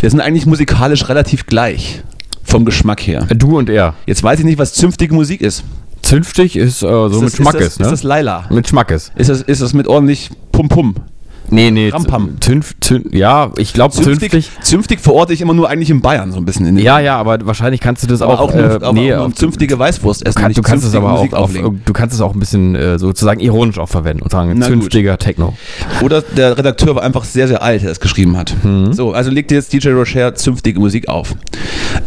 Speaker 4: Wir sind eigentlich musikalisch relativ gleich vom Geschmack her.
Speaker 3: Du und er.
Speaker 4: Jetzt weiß ich nicht, was zünftige Musik ist.
Speaker 3: Zünftig ist äh, so mit
Speaker 4: das, ist,
Speaker 3: Schmackes,
Speaker 4: das,
Speaker 3: ne?
Speaker 4: ist das Laila?
Speaker 3: mit Schmackes.
Speaker 4: Ist das, ist das mit ordentlich Pum-Pum?
Speaker 3: Nee, nee.
Speaker 4: Rampam.
Speaker 3: Zünf, zün, ja, ich glaube
Speaker 4: Zünftig,
Speaker 3: zünftig.
Speaker 4: zünftig verorte ich immer nur eigentlich in Bayern so ein bisschen. In den-
Speaker 3: Ja, ja, aber wahrscheinlich kannst du das
Speaker 4: aber auch,
Speaker 3: auch.
Speaker 4: nur,
Speaker 3: äh,
Speaker 4: aber
Speaker 3: nee,
Speaker 4: auch nur
Speaker 3: auf-
Speaker 4: zünftige Weißwurst essen.
Speaker 3: kann,
Speaker 4: nicht
Speaker 3: du kannst es
Speaker 4: zünftige
Speaker 3: aber auch
Speaker 4: Musik
Speaker 3: auf,
Speaker 4: auflegen.
Speaker 3: du kannst es auch ein bisschen äh, sozusagen ironisch auch verwenden und sagen
Speaker 4: Na gut.
Speaker 3: zünftiger Techno.
Speaker 4: Oder der Redakteur war einfach sehr, sehr alt, der das geschrieben hat.
Speaker 3: Mhm.
Speaker 4: So, also legte jetzt DJ Rocher zünftige Musik auf.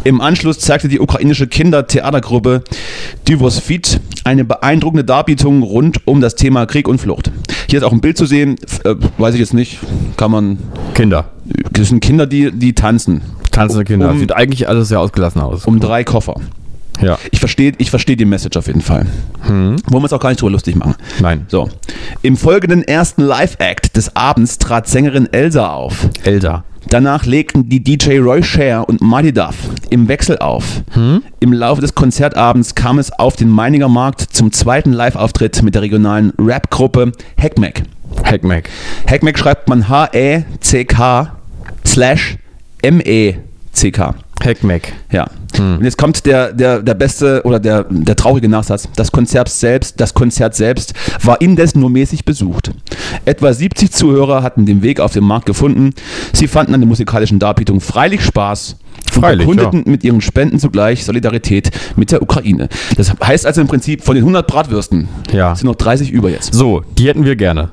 Speaker 4: Im Anschluss zeigte die ukrainische Kindertheatergruppe Divosfit eine beeindruckende Darbietung rund um das Thema Krieg und Flucht. Hier ist auch ein Bild zu sehen, F- äh, weiß ich jetzt nicht, kann man,
Speaker 3: Kinder.
Speaker 4: das sind Kinder, die, die tanzen,
Speaker 3: Tanzende Kinder.
Speaker 4: Um-
Speaker 3: Sieht eigentlich alles sehr ausgelassen aus.
Speaker 4: um drei Koffer.
Speaker 3: ja.
Speaker 4: Ich verstehe ich verstehe die Message auf jeden Fall. Wollen wir uns auch gar nicht drüber lustig machen.
Speaker 3: Nein.
Speaker 4: So, im folgenden ersten Live-Act des Abends trat Sängerin Elsa auf.
Speaker 3: Elsa.
Speaker 4: Danach legten die DJ Roy Share und Mighty Duff im Wechsel auf. Im Laufe des Konzertabends kam es auf den Meininger Markt zum zweiten Live-Auftritt mit der regionalen Rap-Gruppe Hackmack.
Speaker 3: Hackmack.
Speaker 4: Hackmack schreibt man H-E-C-K slash E M-E-C-K.
Speaker 3: Hackmack.
Speaker 4: Ja.
Speaker 3: Hm.
Speaker 4: Und jetzt kommt der, der, der beste oder der, der traurige Nachsatz. Das Konzert selbst, das Konzert selbst war indes nur mäßig besucht. Etwa 70 Zuhörer hatten den Weg auf den Markt gefunden. Sie fanden an der musikalischen Darbietung freilich Spaß.
Speaker 3: Freilich,
Speaker 4: und bekundeten mit ihren Spenden zugleich Solidarität mit der Ukraine. Das heißt also im Prinzip, von den 100 Bratwürsten
Speaker 3: Ja.
Speaker 4: sind noch 30 über jetzt.
Speaker 3: So, die hätten wir gerne.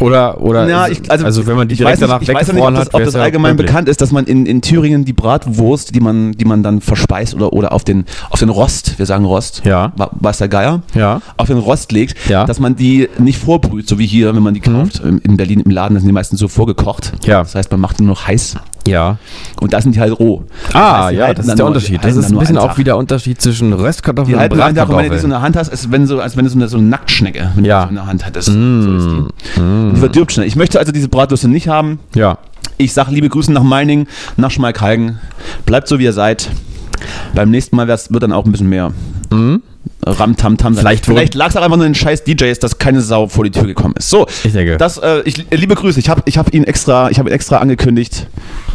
Speaker 3: Oder, oder
Speaker 4: Na, ich-
Speaker 3: also, wenn man die
Speaker 4: ich weiß
Speaker 3: direkt
Speaker 4: nicht,
Speaker 3: danach
Speaker 4: ich weiß ja nicht, ob
Speaker 3: weggefroren
Speaker 4: das,
Speaker 3: hat,
Speaker 4: ob
Speaker 3: wär's
Speaker 4: das
Speaker 3: ja
Speaker 4: allgemein
Speaker 3: möglich.
Speaker 4: bekannt ist, dass man in, in Thüringen die Bratwurst, die man, die man dann verspeist oder, oder auf, den, auf den Rost, wir sagen Rost,
Speaker 3: Ja.
Speaker 4: wa- weiß der Geier,
Speaker 3: Ja.
Speaker 4: auf den Rost legt,
Speaker 3: Ja. Mhm.
Speaker 4: dass man die nicht vorbrüht, so wie hier, wenn man die kauft. In- In Berlin im Laden, da sind die meisten so vorgekocht.
Speaker 3: Ja.
Speaker 4: Das heißt, man macht die nur noch heiß
Speaker 3: Ja.
Speaker 4: und da sind die halt roh.
Speaker 3: Ah,
Speaker 4: heißt, die
Speaker 3: ja,
Speaker 4: halten
Speaker 3: das
Speaker 4: dann
Speaker 3: ist der
Speaker 4: nur-
Speaker 3: Unterschied.
Speaker 4: halten
Speaker 3: Das ist
Speaker 4: dann
Speaker 3: ein
Speaker 4: nur
Speaker 3: bisschen
Speaker 4: einen
Speaker 3: auch
Speaker 4: Tag.
Speaker 3: wieder Unterschied zwischen Röstkartoffeln
Speaker 4: Die
Speaker 3: und
Speaker 4: halten einen Tag, und wenn du die so
Speaker 3: Bratkartoffeln.
Speaker 4: in der Hand hast, ist, wenn so, als wenn du so eine, so eine Nacktschnecke wenn du
Speaker 3: Ja. Mm.
Speaker 4: die so in der Hand hattest. So ist die. die verdirbt schnell. Ich möchte also diese Bratwürste nicht haben.
Speaker 3: ja.
Speaker 4: Ich sage liebe Grüße nach Meining, nach Schmalkalgen. Bleibt so, wie ihr seid. Beim nächsten Mal wär's, wird dann auch ein bisschen mehr Ram-Tam-Tam sein.
Speaker 3: Mhm. Vielleicht wurden-
Speaker 4: Vielleicht lag es auch einfach nur in den scheiß DJs, dass keine Sau vor die Tür gekommen ist. So,
Speaker 3: Ich denke.
Speaker 4: Das, äh, ich, liebe Grüße. Ich habe ich hab ihn extra, ich hab ihn extra angekündigt,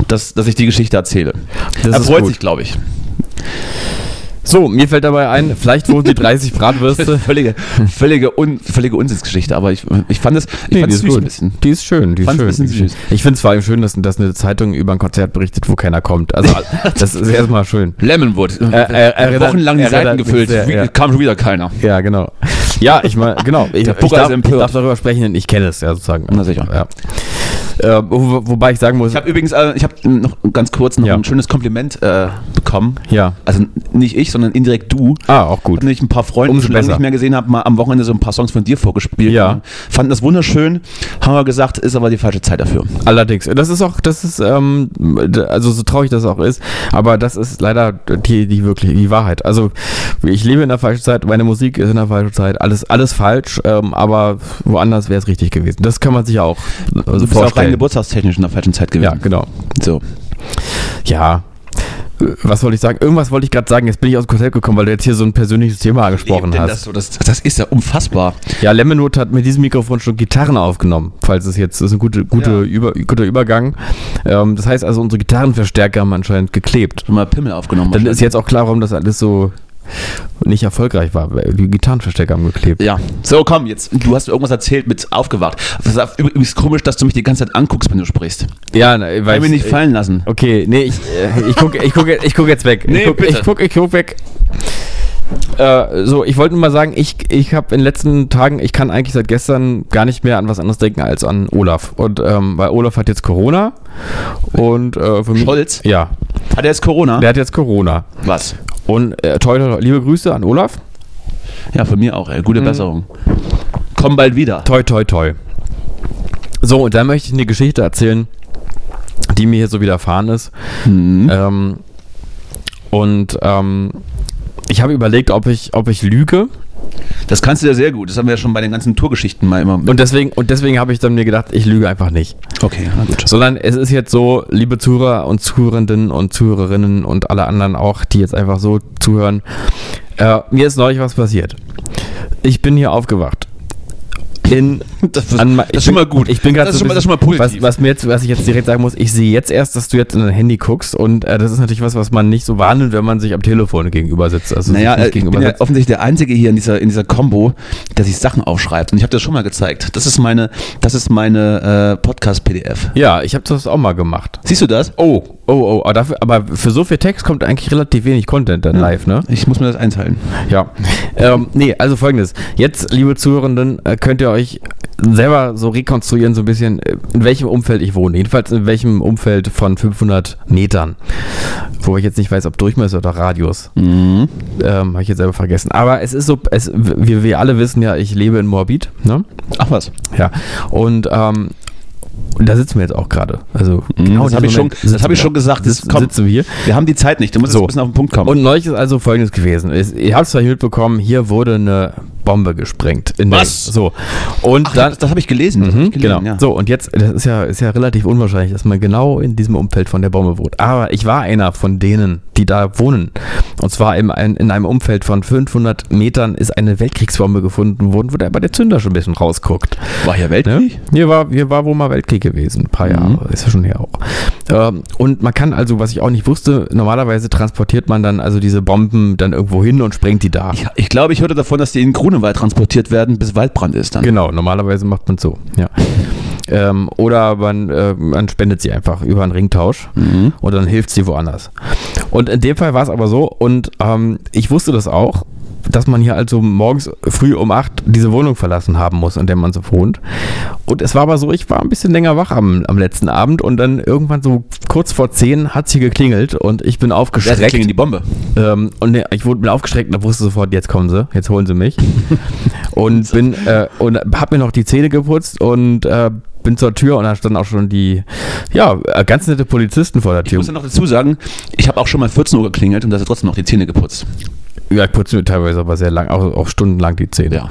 Speaker 4: dass, dass ich die Geschichte erzähle.
Speaker 3: Das
Speaker 4: er
Speaker 3: ist
Speaker 4: freut
Speaker 3: gut.
Speaker 4: sich, glaube ich.
Speaker 3: So, mir fällt dabei ein, vielleicht wurden die 30 Bratwürste.
Speaker 4: Völlige, völlige, Un, völlige Unsinnsgeschichte, aber ich, ich fand es ich
Speaker 3: Nee, die
Speaker 4: fand's
Speaker 3: ist
Speaker 4: süß
Speaker 3: gut.
Speaker 4: ein bisschen.
Speaker 3: Die ist schön, die ist
Speaker 4: Fand's
Speaker 3: schön.
Speaker 4: ein bisschen süß.
Speaker 3: Ich finde es vor allem schön, dass, dass eine Zeitung über ein Konzert berichtet, wo keiner kommt. Also das ist erstmal schön.
Speaker 4: Lemonwood.
Speaker 3: er- er-
Speaker 4: Wochenlang die
Speaker 3: er- er-
Speaker 4: Seiten gefüllt.
Speaker 3: sehr,
Speaker 4: Wie-
Speaker 3: ja.
Speaker 4: Kam schon wieder keiner.
Speaker 3: Ja, genau. Ja, ich meine, genau. Ich, ich,
Speaker 4: Booker ist
Speaker 3: darf, ich
Speaker 4: empört.
Speaker 3: darf darüber sprechen, denn ich kenne es ja sozusagen.
Speaker 4: Na sicher.
Speaker 3: Ja. Äh, wo, wobei ich sagen muss,
Speaker 4: Ich habe übrigens, äh, ich habe noch ganz kurz noch
Speaker 3: Ja.
Speaker 4: ein schönes Kompliment äh, bekommen.
Speaker 3: ja.
Speaker 4: Also nicht ich, sondern indirekt du.
Speaker 3: Ah, auch
Speaker 4: Ich
Speaker 3: gut.
Speaker 4: habe nämlich ein paar Freunde,
Speaker 3: Umso
Speaker 4: die ich lange
Speaker 3: besser.
Speaker 4: nicht mehr gesehen habe, mal am Wochenende so ein paar Songs von dir vorgespielt.
Speaker 3: Ja.
Speaker 4: Fanden das wunderschön, haben aber gesagt, ist aber die falsche Zeit dafür.
Speaker 3: Allerdings, das ist auch, das ist, ähm, d- also so traurig das auch ist, aber das ist leider die, die wirklich, die Wahrheit. Also ich lebe in der falschen Zeit, meine Musik ist in der falschen Zeit, alles, alles falsch, ähm, aber woanders wäre es richtig gewesen. Das kann man sich ja auch äh,
Speaker 4: Also, Du bist ja auch rein
Speaker 3: vorstellen.
Speaker 4: geburtstagstechnisch in der falschen Zeit
Speaker 3: ja,
Speaker 4: gewesen.
Speaker 3: genau.
Speaker 4: So.
Speaker 3: Ja. Äh, Was wollte ich sagen? Irgendwas wollte ich gerade sagen. Jetzt bin ich aus dem Konzept gekommen, weil du jetzt hier so ein persönliches Thema angesprochen
Speaker 4: Eben, denn
Speaker 3: hast.
Speaker 4: das, so, das, das ist ja unfassbar.
Speaker 3: Ja, Lemonwood hat mit diesem Mikrofon schon Gitarren aufgenommen, falls es jetzt das ist ein gute, gute
Speaker 4: Ja.
Speaker 3: Über, guter Übergang. Ähm, das heißt also, unsere Gitarrenverstärker haben anscheinend geklebt.
Speaker 4: Schon mal Pimmel aufgenommen.
Speaker 3: Dann ist jetzt auch klar, warum das alles so nicht erfolgreich war. weil Die Gitarrenverstärker haben geklebt.
Speaker 4: ja, so komm jetzt. Du hast irgendwas erzählt mit aufgewacht. Das ist übrigens komisch, dass du mich die ganze Zeit anguckst, wenn du sprichst.
Speaker 3: Ja, na, weil
Speaker 4: Kann mir
Speaker 3: ich-
Speaker 4: nicht fallen lassen.
Speaker 3: Okay, nee, ich, äh, ich gucke ich guck, jetzt- ich guck jetzt weg.
Speaker 4: Nee,
Speaker 3: ich gucke
Speaker 4: bitte.
Speaker 3: ich guck, ich guck weg. Äh, so, ich wollte nur mal sagen, ich, ich habe in den letzten Tagen, ich kann eigentlich seit gestern gar nicht mehr an was anderes denken als an Olaf. Und ähm, weil Olaf hat jetzt Corona und äh, für mich.
Speaker 4: Scholz?
Speaker 3: Ja,
Speaker 4: Hat er jetzt Corona?
Speaker 3: der hat jetzt Corona.
Speaker 4: Was?
Speaker 3: Und äh, toi, toi, toi, liebe Grüße an Olaf.
Speaker 4: Ja, von mir auch, ey. Gute Besserung. Komm bald wieder.
Speaker 3: Toi, toi, toi. So, und dann möchte ich eine Geschichte erzählen, die mir hier so widerfahren ist.
Speaker 4: Mhm. Äh.
Speaker 3: Ähm, und ähm, ich habe überlegt, ob ich, ob ich lüge.
Speaker 4: Das kannst du ja sehr gut. Das haben wir ja schon bei den ganzen Tourgeschichten mal immer.
Speaker 3: Und deswegen, und deswegen habe ich dann mir gedacht, ich lüge einfach nicht.
Speaker 4: Okay, na gut.
Speaker 3: Sondern es ist jetzt so, liebe Zuhörer und Zuhörenden und Zuhörerinnen und alle anderen auch, die jetzt einfach so zuhören. Äh, mir ist neulich was passiert. Ich bin hier aufgewacht. in
Speaker 4: Das ist-
Speaker 3: me-
Speaker 4: das
Speaker 3: ich
Speaker 4: ist schon
Speaker 3: bin-
Speaker 4: mal gut.
Speaker 3: Ich bin gerade so
Speaker 4: Das ist schon mal-
Speaker 3: ein
Speaker 4: das ist schon mal
Speaker 3: bisschen-
Speaker 4: positiv.
Speaker 3: Was, was mir jetzt, was ich jetzt direkt sagen muss, ich sehe jetzt erst, dass du jetzt in dein Handy guckst und äh, das ist natürlich was, was man nicht so wahrnimmt, wenn man sich am Telefon gegenüber sitzt. Also
Speaker 4: Naja,
Speaker 3: sich
Speaker 4: äh,
Speaker 3: nicht
Speaker 4: ich bin ja
Speaker 3: sitzt.
Speaker 4: offensichtlich der Einzige hier in dieser, in dieser Combo, der sich Sachen aufschreibt. Und ich habe das schon mal gezeigt. Das ist meine, das ist meine äh, Podcast-PDF.
Speaker 3: ja, ich habe das auch mal gemacht.
Speaker 4: Siehst du das?
Speaker 3: Oh, oh, oh, aber, dafür, aber für so viel Text kommt eigentlich relativ wenig Content
Speaker 4: Hm.
Speaker 3: dann live, ne?
Speaker 4: Ich muss mir das einteilen.
Speaker 3: Ja. Ähm, nee, also folgendes. Jetzt, liebe Zuhörenden, äh, könnt ihr euch selber so rekonstruieren, so ein bisschen, äh, in welchem Umfeld ich wohne. Jedenfalls in welchem Umfeld von 500 Metern. Wo ich jetzt nicht weiß, ob Durchmesser oder Radius.
Speaker 4: Mhm.
Speaker 3: Ähm, Habe ich jetzt selber vergessen. Aber es ist so, es, wir, wir alle wissen ja, ich lebe in Moabit, ne?
Speaker 4: Ach was.
Speaker 3: Ja. Und, ähm, und da sitzen wir jetzt auch gerade. Also genau
Speaker 4: Mhm. das
Speaker 3: in diesem
Speaker 4: habe ich schon,
Speaker 3: Moment
Speaker 4: das hab ich
Speaker 3: sitzen
Speaker 4: schon
Speaker 3: wir.
Speaker 4: gesagt. Das,
Speaker 3: Sitzen-
Speaker 4: komm,
Speaker 3: sitzen wir hier.
Speaker 4: wir haben die Zeit nicht. Du musst
Speaker 3: So.
Speaker 4: jetzt ein bisschen auf den Punkt kommen.
Speaker 3: Und neulich ist also folgendes gewesen. Es- Ihr habt es vielleicht mitbekommen, hier wurde eine Bombe gesprengt. In
Speaker 4: Was?
Speaker 3: Der, so. Und
Speaker 4: Ach,
Speaker 3: dann.
Speaker 4: das, das habe ich gelesen. Das hab
Speaker 3: Mhm,
Speaker 4: ich gelesen
Speaker 3: genau. So, und jetzt, das ist ja, ist ja relativ unwahrscheinlich, dass man genau in diesem Umfeld von der Bombe wohnt. Aber ich war einer von denen, die da wohnen. Und zwar im, ein- in einem Umfeld von 500 Metern ist eine Weltkriegsbombe gefunden worden, wo der, bei der Zünder schon ein bisschen rausguckt.
Speaker 4: War hier
Speaker 3: Ne?
Speaker 4: Weltkrieg?
Speaker 3: Hier, war, hier war wohl mal Weltkrieg gewesen, ein paar
Speaker 4: Mhm.
Speaker 3: Jahre, ist ja schon her auch. Ähm, und man kann also, was ich auch nicht wusste, normalerweise transportiert man dann also diese Bomben dann irgendwo hin und sprengt die da.
Speaker 4: Ich, ich glaube, ich hörte davon, dass die in Grunewald transportiert werden, bis Waldbrand ist dann.
Speaker 3: Genau, normalerweise macht man so, ja. Ähm, oder man, äh, man spendet sie einfach über einen Ringtausch
Speaker 4: Mhm.
Speaker 3: und dann hilft sie woanders. Und in dem Fall war es aber so, und ähm, ich wusste das auch, dass man hier also morgens früh um 8 diese Wohnung verlassen haben muss, in der man so wohnt. Und es war aber so, ich war ein bisschen länger wach am, am letzten Abend und dann irgendwann so kurz vor 10 hat sie geklingelt und ich bin
Speaker 4: Wer
Speaker 3: aufgeschreckt.
Speaker 4: hat klingelt die Bombe?
Speaker 3: Ähm, und ne, ich wurde mir aufgeschreckt und wusste sofort, jetzt kommen sie, jetzt holen sie mich. und bin äh, und hab mir noch die Zähne geputzt und äh, bin zur Tür und da standen auch schon die, ja, äh, ganz nette Polizisten vor der
Speaker 4: Ich
Speaker 3: Tür.
Speaker 4: muss ja noch dazu sagen, ich habe auch schon mal 14 Uhr geklingelt und da ist trotzdem noch die Zähne geputzt.
Speaker 3: Ja, ich putze mir teilweise aber sehr lang, auch, auch stundenlang die Zähne.
Speaker 4: Ja.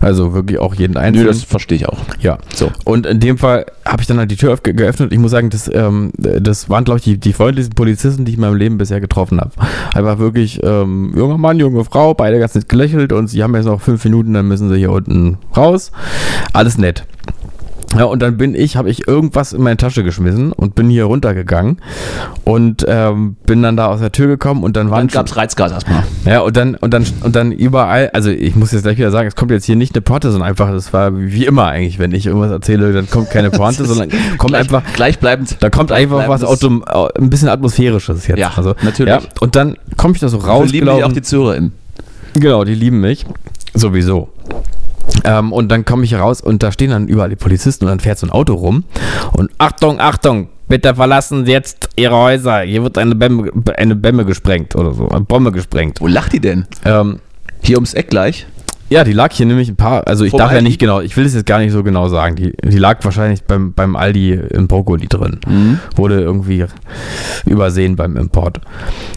Speaker 3: Also wirklich auch jeden
Speaker 4: Nö,
Speaker 3: einzelnen.
Speaker 4: das verstehe ich auch.
Speaker 3: Ja, so. Und in dem Fall habe ich dann halt die Tür öff- geöffnet. Ich muss sagen, das, ähm, das waren, glaube ich, die, die freundlichsten Polizisten, die ich in meinem Leben bisher getroffen habe. Einfach wirklich ähm, junger Mann, junge Frau, beide ganz nett gelächelt und sie haben jetzt noch fünf Minuten, dann müssen sie hier unten raus. Alles nett. Ja, und dann bin ich, habe ich irgendwas in meine Tasche geschmissen und bin hier runtergegangen und ähm, bin dann da aus der Tür gekommen und dann waren
Speaker 4: Dann gab es Reizgas erstmal.
Speaker 3: ja, und dann, und dann, und dann überall, also ich muss jetzt gleich wieder sagen, es kommt jetzt hier nicht eine Pointe, sondern einfach, das war wie immer eigentlich, wenn ich irgendwas erzähle, dann kommt keine Pointe, sondern kommt
Speaker 4: Gleich-
Speaker 3: einfach,
Speaker 4: Gleichbleibend.
Speaker 3: da kommt einfach was
Speaker 4: Bleibt
Speaker 3: autom au- ein bisschen atmosphärisches jetzt.
Speaker 4: Ja,
Speaker 3: also,
Speaker 4: natürlich.
Speaker 3: Ja, und dann komme ich da so raus.
Speaker 4: lieben ja auch die Zuhörerin.
Speaker 3: Genau, die lieben mich. Sowieso. Ähm, und dann komme ich hier raus und da stehen dann überall die Polizisten und dann fährt so ein Auto rum. Und Achtung, Achtung, bitte verlassen Sie jetzt Ihre Häuser. Hier wird eine Bämme, eine Bämme gesprengt oder so, eine Bombe gesprengt.
Speaker 4: Wo lacht die denn?
Speaker 3: Ähm,
Speaker 4: Hier ums Eck gleich.
Speaker 3: ja, die lag hier nämlich ein paar, also ich
Speaker 4: Vom
Speaker 3: darf ja
Speaker 4: Aldi?
Speaker 3: nicht genau, ich will es jetzt gar nicht so genau sagen. Die, die lag wahrscheinlich beim, beim Aldi im Brokkoli drin.
Speaker 4: Mhm.
Speaker 3: Wurde irgendwie übersehen beim Import.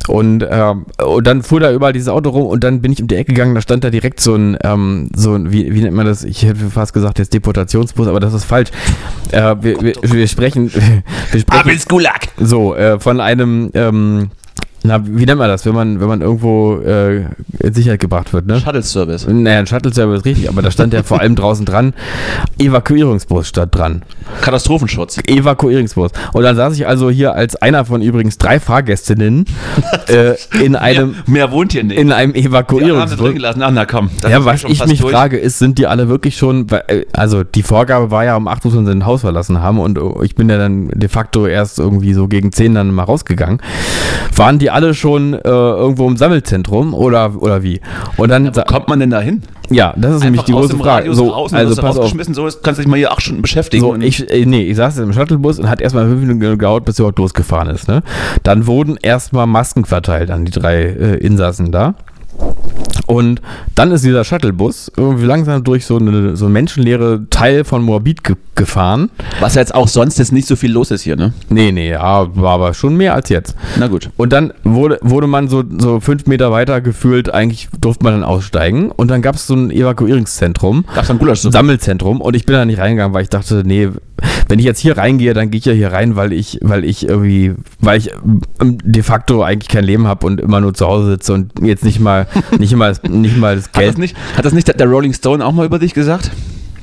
Speaker 3: Und, ähm, und dann fuhr da überall dieses Auto rum und dann bin ich um die Ecke gegangen, da stand da direkt so ein, ähm, so ein wie, wie nennt man das? Ich hätte fast gesagt, jetzt Deportationsbus, aber das ist falsch. Äh, wir, wir, wir sprechen, wir sprechen
Speaker 4: Gulag.
Speaker 3: so, äh, von einem, ähm, na, wie nennt man das, wenn man, wenn man irgendwo äh, in Sicherheit gebracht wird, ne?
Speaker 4: Shuttle Service.
Speaker 3: Naja, ein Shuttle-Service richtig, aber da stand ja vor allem draußen dran. Evakuierungsbus statt dran.
Speaker 4: Katastrophenschutz.
Speaker 3: Evakuierungsbus. Und dann saß ich also hier als einer von übrigens drei Fahrgästinnen äh, in einem
Speaker 4: mehr wohnt hier nicht.
Speaker 3: in einem
Speaker 4: Die haben sie drin
Speaker 3: Evakuierungsbus.
Speaker 4: gelassen. Ach, na komm. Das
Speaker 3: Ja,
Speaker 4: ist
Speaker 3: was
Speaker 4: schon
Speaker 3: ich
Speaker 4: fast
Speaker 3: mich
Speaker 4: durch.
Speaker 3: frage, ist, sind die alle wirklich schon, weil, äh, also die Vorgabe war ja, um 8 Uhr sollen sie ein Haus verlassen haben und äh, ich bin ja dann de facto erst irgendwie so gegen 10 dann mal rausgegangen. Waren die alle schon äh, irgendwo im Sammelzentrum oder, oder wie? Und dann, sa-
Speaker 4: Wo kommt man denn da hin?
Speaker 3: ja, das ist nämlich
Speaker 4: Einfach
Speaker 3: die
Speaker 4: aus
Speaker 3: große
Speaker 4: dem
Speaker 3: Frage.
Speaker 4: Radius
Speaker 3: So,
Speaker 4: raus und
Speaker 3: also
Speaker 4: wirst
Speaker 3: pass auf.
Speaker 4: rausgeschmissen, so ist, kannst du dich mal hier acht Stunden beschäftigen.
Speaker 3: So,
Speaker 4: und-
Speaker 3: ich, äh, nee, ich saß im Shuttlebus und hat erstmal fünf Minuten gedauert, bis überhaupt losgefahren ist. Ne? Dann wurden erstmal Masken verteilt an die drei äh, Insassen da. Und dann ist dieser Shuttlebus irgendwie langsam durch so eine so einen menschenleere Teil von Moabit ge gefahren.
Speaker 4: was jetzt auch sonst jetzt nicht so viel los ist hier, ne?
Speaker 3: Nee, nee, ja, war aber schon mehr als jetzt.
Speaker 4: Na gut.
Speaker 3: Und dann wurde, wurde man so, so fünf Meter weiter gefühlt, eigentlich durfte man dann aussteigen. Und dann gab es so ein Evakuierungszentrum.
Speaker 4: Gab's dann Gulasch so?
Speaker 3: Sammelzentrum und ich bin da nicht reingegangen, weil ich dachte, nee, wenn ich jetzt hier reingehe, dann gehe ich ja hier rein, weil ich, weil ich irgendwie, weil ich ähm, de facto eigentlich kein Leben habe und immer nur zu Hause sitze und jetzt nicht mal, nicht mal, nicht mal das
Speaker 4: Hat
Speaker 3: Geld.
Speaker 4: das, nicht, hat das nicht der- der Rolling Stone auch mal über dich gesagt?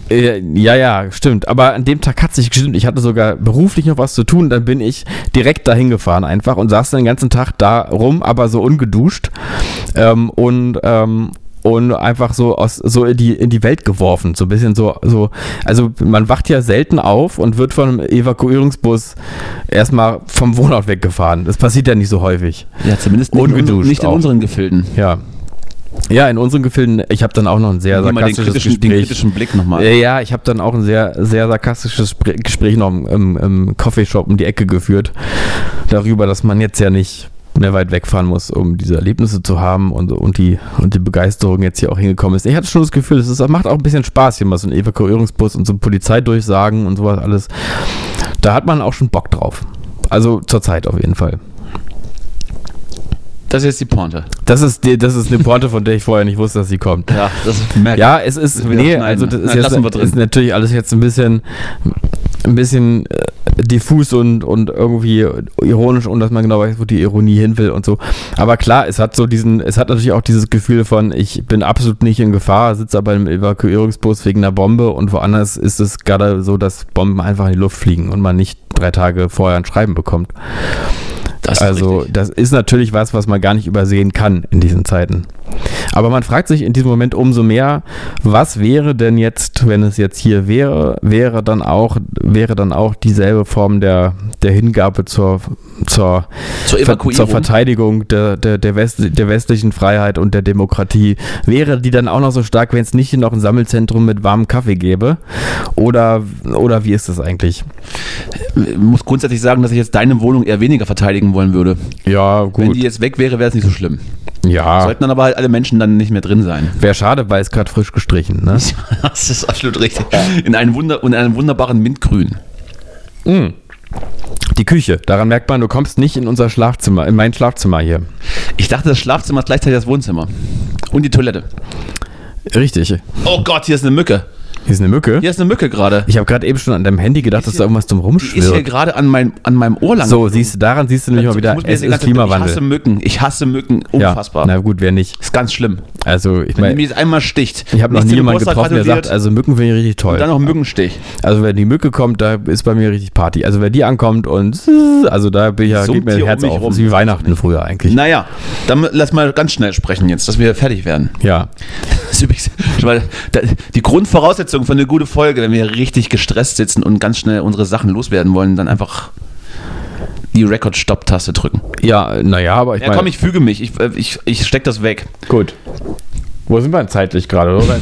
Speaker 3: Äh, ja, ja, stimmt. Aber an dem Tag hat es nicht gestimmt. Ich hatte sogar beruflich noch was zu tun. Dann bin ich direkt dahin gefahren einfach und saß den ganzen Tag da rum, aber so ungeduscht ähm, und ähm, und einfach so aus so in die in die Welt geworfen, so ein bisschen so so. Also man wacht ja selten auf und wird von einem Evakuierungsbus erstmal vom Wohnort weggefahren. Das passiert ja nicht so häufig.
Speaker 4: Ja, zumindest nicht, in,
Speaker 3: Ungeduscht
Speaker 4: uns- nicht in
Speaker 3: auch.
Speaker 4: unseren Gefilden.
Speaker 3: Ja. Ja, in unseren Gefilden, ich habe dann auch noch ein sehr
Speaker 4: Nimm mal den
Speaker 3: sarkastisches
Speaker 4: kritischen, den
Speaker 3: Gespräch.
Speaker 4: kritischen Blick nochmal.
Speaker 3: Ja, Äh, ja, ich habe dann auch ein sehr, sehr sarkastisches Spr- Gespräch noch im, im, im Coffeeshop um die Ecke geführt. Darüber, dass man jetzt ja nicht mehr weit wegfahren muss, um diese Erlebnisse zu haben und, und, die, und die Begeisterung jetzt hier auch hingekommen ist. Ich hatte schon das Gefühl, es ist, macht auch ein bisschen Spaß, hier mal so einen Evakuierungsbus und so Polizeidurchsagen und sowas alles. Da hat man auch schon Bock drauf. Also zurzeit auf jeden Fall.
Speaker 4: Das ist jetzt die Pointe.
Speaker 3: Das ist, die, das ist eine Porte, von der ich vorher nicht wusste, dass sie kommt.
Speaker 4: Ja, das merkt
Speaker 3: Ja, es ist,
Speaker 4: Müssen wir
Speaker 3: nee,
Speaker 4: schneiden.
Speaker 3: also das ist,
Speaker 4: Nein, lassen wir
Speaker 3: jetzt,
Speaker 4: drin.
Speaker 3: ist natürlich alles jetzt ein bisschen, ein bisschen äh, diffus und, und irgendwie ironisch, ohne dass man genau weiß, wo die Ironie hin will und so. Aber klar, es hat so diesen, es hat natürlich auch dieses Gefühl von, ich bin absolut nicht in Gefahr, sitze aber im Evakuierungsbus wegen einer Bombe und woanders ist es gerade so, dass Bomben einfach in die Luft fliegen und man nicht drei Tage vorher ein Schreiben bekommt.
Speaker 4: das ist
Speaker 3: Also
Speaker 4: richtig.
Speaker 3: das ist natürlich was, was man gar nicht übersehen kann in diesen Zeiten. Aber man fragt sich in diesem Moment umso mehr, was wäre denn jetzt, wenn es jetzt hier wäre, wäre dann auch, wäre dann auch dieselbe Form der, der Hingabe zur, zur,
Speaker 4: zur
Speaker 3: zur
Speaker 4: Evakuierung.
Speaker 3: Verteidigung der, der, der, West, der westlichen Freiheit und der Demokratie. Wäre die dann auch noch so stark, wenn es nicht noch ein Sammelzentrum mit warmem Kaffee gäbe? Oder, oder wie ist das eigentlich?
Speaker 4: Ich muss grundsätzlich sagen, dass ich jetzt deine Wohnung eher weniger verteidigen wollen würde.
Speaker 3: Ja,
Speaker 4: Wenn die jetzt weg wäre, wäre es nicht so schlimm.
Speaker 3: Ja,
Speaker 4: Sollten dann aber halt alle Menschen dann nicht mehr drin sein.
Speaker 3: wäre schade, weil es gerade frisch gestrichen, ne?
Speaker 4: Das ist absolut richtig. In, einem Wunder, in einem wunderbaren Mintgrün.
Speaker 3: Die Küche. Daran merkt man, du kommst nicht in unser Schlafzimmer, in mein Schlafzimmer hier.
Speaker 4: Ich dachte, das Schlafzimmer ist gleichzeitig das Wohnzimmer. Und die Toilette.
Speaker 3: Richtig. Hier
Speaker 4: Oh Gott, hier ist eine Mücke.
Speaker 3: ist eine Mücke.
Speaker 4: Hier ist eine Mücke gerade.
Speaker 3: Ich habe gerade eben schon an deinem Handy gedacht, dass da irgendwas zum
Speaker 4: Die ist hier
Speaker 3: Rumschwirrt.
Speaker 4: gerade an, mein, an meinem Ohr lang. Also
Speaker 3: So, siehst du, daran siehst du nämlich mal
Speaker 4: Ich
Speaker 3: wieder,
Speaker 4: muss mir
Speaker 3: es
Speaker 4: jetzt die
Speaker 3: ist
Speaker 4: ganze- Ich hasse
Speaker 3: Klimawandel.
Speaker 4: Mücken. Ich hasse Mücken.
Speaker 3: Ja,
Speaker 4: Unfassbar.
Speaker 3: na gut, wer nicht.
Speaker 4: ist ganz schlimm.
Speaker 3: Also, ich
Speaker 4: Wenn die mir
Speaker 3: meine,
Speaker 4: jetzt einmal sticht.
Speaker 3: ich habe noch
Speaker 4: nicht
Speaker 3: nie
Speaker 4: zum
Speaker 3: jemanden
Speaker 4: Geburtstag
Speaker 3: getroffen, der
Speaker 4: gratuliert
Speaker 3: sagt, also Mücken finde ich richtig
Speaker 4: und dann
Speaker 3: toll.
Speaker 4: noch Mückenstich.
Speaker 3: Also, wenn die Mücke kommt, da ist bei mir richtig Party. Also, wenn die ankommt und, also da bin ich ja,
Speaker 4: Summt
Speaker 3: geht mir das
Speaker 4: hier um
Speaker 3: Herz
Speaker 4: mich
Speaker 3: auf.
Speaker 4: rum.
Speaker 3: Das ist wie Weihnachten früher eigentlich.
Speaker 4: Naja, dann lass mal ganz schnell sprechen jetzt, dass wir fertig werden.
Speaker 3: Ja.
Speaker 4: Das ist übrigens schon mal da- die Grundvoraussetzung für eine gute Folge, wenn wir richtig gestresst sitzen und ganz schnell unsere Sachen loswerden wollen, dann einfach die Record-Stop-Taste drücken.
Speaker 3: Ja, naja, aber ich
Speaker 4: Ja, komm, ich füge mich. Ich, äh, ich, ich steck das weg.
Speaker 3: Gut. Wo sind wir denn zeitlich gerade, oder?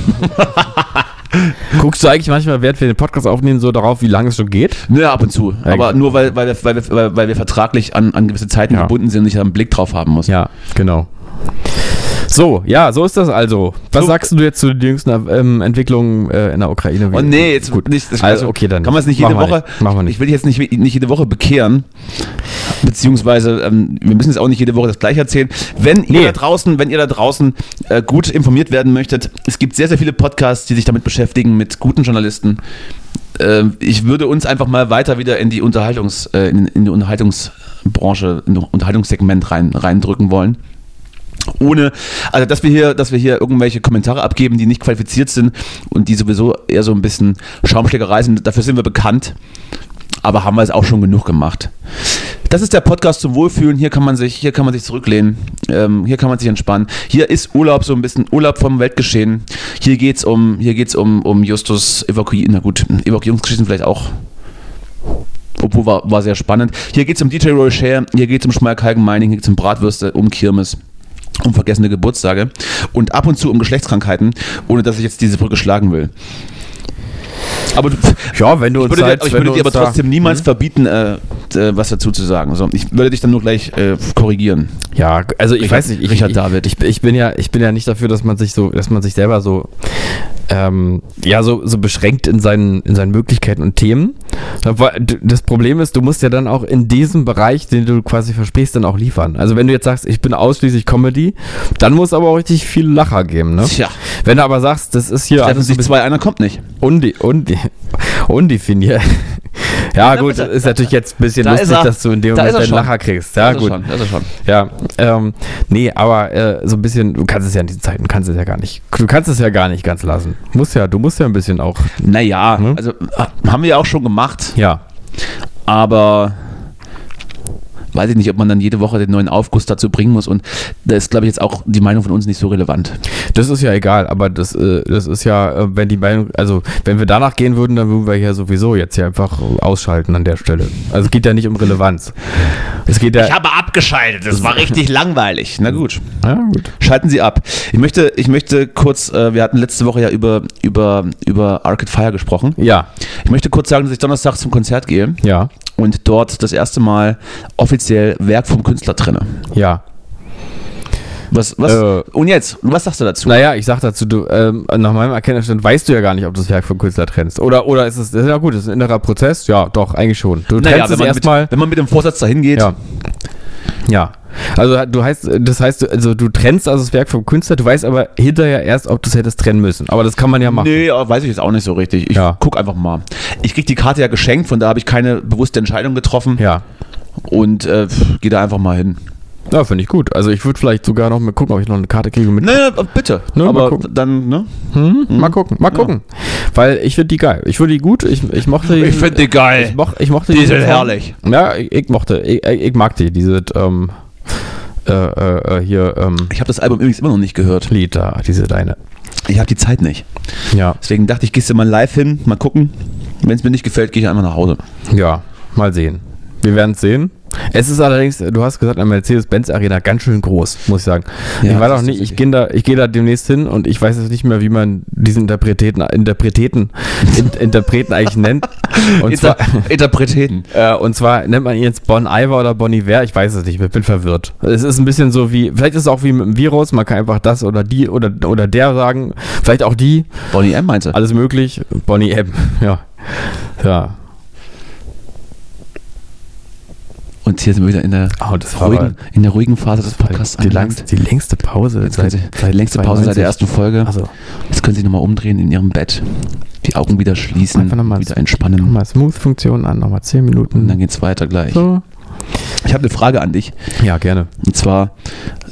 Speaker 3: Guckst du eigentlich manchmal, während wir den Podcast aufnehmen, so darauf, wie lange es schon geht?
Speaker 4: Naja, ab und zu. Aber
Speaker 3: gut.
Speaker 4: nur, weil, weil, wir, weil, wir, weil- weil wir vertraglich an, an gewisse Zeiten
Speaker 3: Ja.
Speaker 4: gebunden sind und ich da einen Blick drauf haben muss.
Speaker 3: Ja, genau. So, ja, so ist das also. Was
Speaker 4: So.
Speaker 3: sagst du jetzt zu den jüngsten ähm, Entwicklungen äh, in der Ukraine?
Speaker 4: Oh nee, jetzt gut. Nicht, das-
Speaker 3: Also, okay, dann
Speaker 4: Kann man es nicht
Speaker 3: machen
Speaker 4: jede
Speaker 3: wir
Speaker 4: Woche.
Speaker 3: nicht. Machen wir nicht.
Speaker 4: Ich will jetzt nicht, nicht jede Woche bekehren. Beziehungsweise, ähm, wir müssen jetzt auch nicht jede Woche das gleiche erzählen. Wenn ihr
Speaker 3: Nee.
Speaker 4: da draußen, wenn ihr da draußen äh, gut informiert werden möchtet, es gibt sehr, sehr viele Podcasts, die sich damit beschäftigen, mit guten Journalisten. Ähm, ich würde uns einfach mal weiter wieder in die Unterhaltungs, äh, in, in die Unterhaltungsbranche, in das Unterhaltungssegment rein, reindrücken wollen ohne, also dass wir hier, dass wir hier irgendwelche Kommentare abgeben, die nicht qualifiziert sind und die sowieso eher so ein bisschen Schaumschlägerei sind, dafür sind wir bekannt. Aber haben wir es auch schon genug gemacht. Das ist der Podcast zum Wohlfühlen. Hier kann man sich, hier kann man sich zurücklehnen. Ähm, hier kann man sich entspannen. Hier ist Urlaub so ein bisschen Urlaub vom Weltgeschehen. Hier geht's um, hier geht's um, um Justus Evakuierung. Na gut, Evakuierungsgeschichten vielleicht auch. Obwohl war, war sehr spannend. Hier geht's um DJ Roy Share. Hier geht's um Schmalkalken Mining. Hier geht's um Bratwürste, um Kirmes um vergessene Geburtstage und ab und zu um Geschlechtskrankheiten, ohne dass ich jetzt diese Brücke schlagen will. Aber du,
Speaker 3: Ja, wenn du
Speaker 4: ich
Speaker 3: uns
Speaker 4: würde,
Speaker 3: da jetzt-
Speaker 4: dir, ich
Speaker 3: wenn
Speaker 4: würde
Speaker 3: du
Speaker 4: dir aber
Speaker 3: uns da-
Speaker 4: trotzdem niemals verbieten, äh, äh, was dazu zu sagen. So, ich würde dich dann nur gleich äh, korrigieren.
Speaker 3: Ja, also ich
Speaker 4: Richard-
Speaker 3: weiß nicht, ich,
Speaker 4: Richard
Speaker 3: ich,
Speaker 4: David.
Speaker 3: Ich, ich bin ja, ich bin ja nicht dafür, dass man sich so, dass man sich selber so, ähm, ja, so, so beschränkt in seinen, in seinen Möglichkeiten und Themen. Aber d- Das Problem ist, du musst ja dann auch in diesem Bereich, den du quasi versprichst, dann auch liefern. Also wenn du jetzt sagst, ich bin ausschließlich Comedy, dann muss aber auch richtig viel Lacher geben, ne?
Speaker 4: Tja,
Speaker 3: Wenn du aber sagst, das ist hier
Speaker 4: treffen sich zwei, einer kommt nicht.
Speaker 3: undi undi undefiniert. Ja, gut, ist natürlich jetzt ein bisschen
Speaker 4: Da ist
Speaker 3: lustig,
Speaker 4: er.
Speaker 3: dass du in dem
Speaker 4: Da
Speaker 3: Moment
Speaker 4: ist er
Speaker 3: einen
Speaker 4: schon.
Speaker 3: Lacher kriegst. Ja,
Speaker 4: das
Speaker 3: gut.
Speaker 4: Ist schon, das ist schon.
Speaker 3: Ja, ähm, nee, aber äh, so ein bisschen, du kannst es ja in diesen Zeiten, kannst es ja gar nicht, du kannst es ja gar nicht ganz lassen. Musst ja, du musst ja ein bisschen auch,
Speaker 4: Naja,
Speaker 3: Hm?
Speaker 4: also äh, haben wir ja auch schon gemacht,
Speaker 3: ja.
Speaker 4: aber weiß ich nicht, ob man dann jede Woche den neuen Aufguss dazu bringen muss und da ist, glaube ich, jetzt auch die Meinung von uns nicht so relevant.
Speaker 3: Das ist ja egal, aber das, äh, das ist ja, äh, wenn die Meinung, also wenn wir danach gehen würden, dann würden wir ja sowieso jetzt hier einfach ausschalten an der Stelle. Also es geht ja nicht um Relevanz. Es geht ja,
Speaker 4: habe abgeschaltet, das war richtig langweilig. Na gut.
Speaker 3: ja gut.
Speaker 4: Schalten Sie ab. Ich möchte, ich möchte kurz, äh, wir hatten letzte Woche ja über, über, über Arcade Fire gesprochen.
Speaker 3: Ja,
Speaker 4: Ich möchte kurz sagen, dass ich Donnerstag zum Konzert gehe
Speaker 3: ja,
Speaker 4: und dort das erste Mal offiziell Werk vom Künstler trenne.
Speaker 3: ja.
Speaker 4: Was, was?
Speaker 3: Äh.
Speaker 4: und jetzt, was sagst du dazu?
Speaker 3: Naja, ich sag dazu, du, ähm, nach meinem Erkenntnisstand weißt du ja gar nicht, ob du das Werk vom Künstler trennst. Oder, oder ist es, das ist ja gut, das ist ein innerer Prozess? Ja, doch, eigentlich schon. Du
Speaker 4: Naja,
Speaker 3: trennst es
Speaker 4: man
Speaker 3: erstmal.
Speaker 4: mit, wenn man mit dem Vorsatz dahin geht,
Speaker 3: Ja. Ja. Also du heißt, das heißt, du- also du trennst also das Werk vom Künstler, du weißt aber hinterher erst, ob du es hättest trennen müssen. Aber das kann man ja machen.
Speaker 4: Nee, aber weiß ich jetzt auch nicht so richtig. Ich
Speaker 3: Ja.
Speaker 4: guck einfach mal. Ich krieg die Karte ja geschenkt, von da habe ich keine bewusste Entscheidung getroffen
Speaker 3: Ja.
Speaker 4: und äh, pf, gehe da einfach mal hin.
Speaker 3: Ja, finde ich gut. Also ich würde vielleicht sogar noch mal gucken, ob ich noch eine Karte kriege mit.
Speaker 4: Naja, bitte.
Speaker 3: Ne, mal
Speaker 4: aber
Speaker 3: gucken.
Speaker 4: dann, ne?
Speaker 3: Hm? Mal gucken, mal gucken. Weil ich finde die geil. Ich finde die gut. Ich, ich mochte die.
Speaker 4: find die
Speaker 3: ich,
Speaker 4: geil.
Speaker 3: moch, ich mochte
Speaker 4: Die
Speaker 3: in
Speaker 4: sind
Speaker 3: Form.
Speaker 4: herrlich.
Speaker 3: Ja, ich, ich mochte. Ich, ich ich mag die. Diese ähm, äh, äh, äh, hier ähm,
Speaker 4: Ich habe das Album übrigens immer noch nicht gehört.
Speaker 3: Lied da, diese deine.
Speaker 4: Ich habe die Zeit nicht.
Speaker 3: Ja,
Speaker 4: Deswegen dachte ich, gehst du mal live hin, mal gucken. Wenn es mir nicht gefällt, gehe ich einfach nach Hause.
Speaker 3: ja. Mal sehen. Wir werden es sehen. Es ist allerdings, du hast gesagt, eine Mercedes-Benz-Arena ganz schön groß, muss ich sagen.
Speaker 4: Ja,
Speaker 3: ich war doch
Speaker 4: das ist
Speaker 3: nicht, ich
Speaker 4: richtig.
Speaker 3: gehe da, ich gehe da demnächst hin und ich weiß jetzt nicht mehr, wie man diesen Interpreteten, Interpreteten, In- Interpreten eigentlich nennt. Und zwar,
Speaker 4: Interpreten.
Speaker 3: Äh, und zwar nennt man ihn jetzt Bon Iver oder Bon Iver, ich weiß es nicht, ich bin verwirrt. Es ist ein bisschen so wie, vielleicht ist es auch wie mit dem Virus, man kann einfach das oder die oder, oder der sagen, vielleicht auch die,
Speaker 4: Bonnie M. meinte.
Speaker 3: alles möglich. Bonnie M, ja. Ja,
Speaker 4: Und hier sind wir wieder in der,
Speaker 3: oh, das war
Speaker 4: ruhigen, in der ruhigen Phase des Podcasts
Speaker 3: aber die, längst, die längste Pause.
Speaker 4: Jetzt können Sie, die längste Pause seit der ersten Folge.
Speaker 3: Also,
Speaker 4: Jetzt können Sie nochmal umdrehen in Ihrem Bett. Die Augen wieder schließen,
Speaker 3: Einfach noch mal-
Speaker 4: wieder entspannen.
Speaker 3: nochmal Smooth-Funktion an, nochmal 10 Minuten.
Speaker 4: Mhm. Und dann geht's weiter gleich.
Speaker 3: so.
Speaker 4: Ich habe eine Frage an dich.
Speaker 3: Ja, gerne.
Speaker 4: Und zwar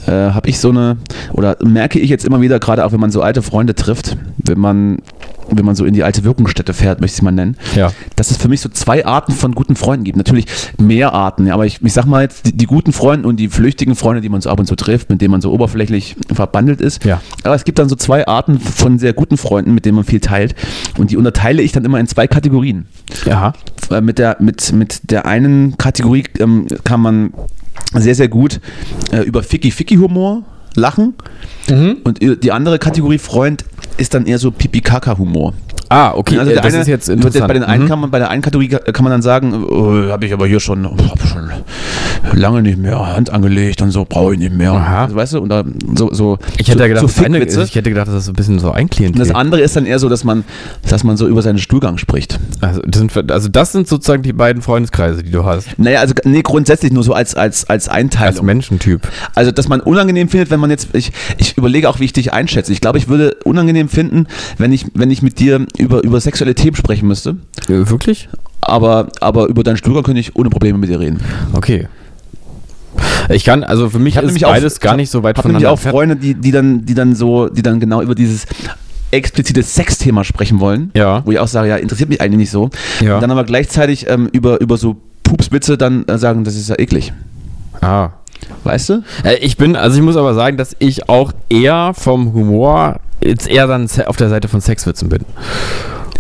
Speaker 4: äh, habe ich so eine, oder merke ich jetzt immer wieder, gerade auch wenn man so alte Freunde trifft, wenn man, wenn man so in die alte Wirkungsstätte fährt, möchte ich es mal nennen,
Speaker 3: Ja.
Speaker 4: dass es für mich so zwei Arten von guten Freunden gibt. Natürlich mehr Arten, ja, aber ich, ich sag mal jetzt, die, die guten Freunde und die flüchtigen Freunde, die man so ab und zu trifft, mit denen man so oberflächlich verbandelt ist.
Speaker 3: Ja.
Speaker 4: Aber es gibt dann so zwei Arten von sehr guten Freunden, mit denen man viel teilt. Und die unterteile ich dann immer in zwei Kategorien
Speaker 3: Aha.
Speaker 4: äh, mit der, mit, mit der einen Kategorie ähm, kann man sehr, sehr gut äh, über Ficky-Ficky-Humor lachen. Und äh, die andere Kategorie Freund ist dann eher so Pipi-Kaka-Humor.
Speaker 3: Ah, okay,
Speaker 4: Also
Speaker 3: äh,
Speaker 4: der
Speaker 3: das
Speaker 4: eine
Speaker 3: ist jetzt
Speaker 4: wird
Speaker 3: interessant.
Speaker 4: bei, den einen
Speaker 3: Mhm.
Speaker 4: kann man, bei der einen Kategorie ka- kann man dann sagen, oh, habe ich aber hier schon, hab schon lange nicht mehr Hand angelegt und so, brauche ich nicht mehr.
Speaker 3: Aha.
Speaker 4: Also, weißt du, und da, so, so,
Speaker 3: Ich hätte,
Speaker 4: so,
Speaker 3: ja gedacht,
Speaker 4: so
Speaker 3: das eine,
Speaker 4: Fickwitze.
Speaker 3: ich hätte gedacht, das ist so ein bisschen so ein
Speaker 4: Und das
Speaker 3: Klientel.
Speaker 4: andere ist dann eher so, dass man, dass man so über seinen Stuhlgang spricht.
Speaker 3: Also das, sind, also das sind sozusagen die beiden Freundeskreise, die du hast.
Speaker 4: Naja, also nee, grundsätzlich nur so als, als, als Einteilung.
Speaker 3: Als Menschentyp. Äh,
Speaker 4: Also, dass man unangenehm findet, wenn man jetzt, ich, ich überlege auch, wie ich dich einschätze. Ich glaube, ich würde unangenehm finden, wenn ich, wenn ich mit dir über, über sexuelle Themen sprechen müsste.
Speaker 3: wirklich?
Speaker 4: Aber, aber über deinen Stuhlgang könnte ich ohne Probleme mit dir reden.
Speaker 3: Okay. Ich kann, also für mich
Speaker 4: hab
Speaker 3: ist
Speaker 4: nämlich auch-
Speaker 3: beides
Speaker 4: ich
Speaker 3: gar
Speaker 4: hab-
Speaker 3: nicht so weit
Speaker 4: Hab nämlich
Speaker 3: voneinander
Speaker 4: auch Freunde, die, die dann, die dann so, die dann genau über dieses explizite Sexthema sprechen wollen.
Speaker 3: Ja.
Speaker 4: Wo ich auch sage, ja, interessiert mich eigentlich nicht so.
Speaker 3: Ja.
Speaker 4: Dann aber gleichzeitig ähm, über, über so Pupswitze dann äh, sagen, das ist ja eklig.
Speaker 3: Ah.
Speaker 4: Weißt du?
Speaker 3: Äh, Ich bin, also ich muss aber sagen, dass ich auch eher vom Humor jetzt eher dann se- auf der Seite von Sexwitzen bin.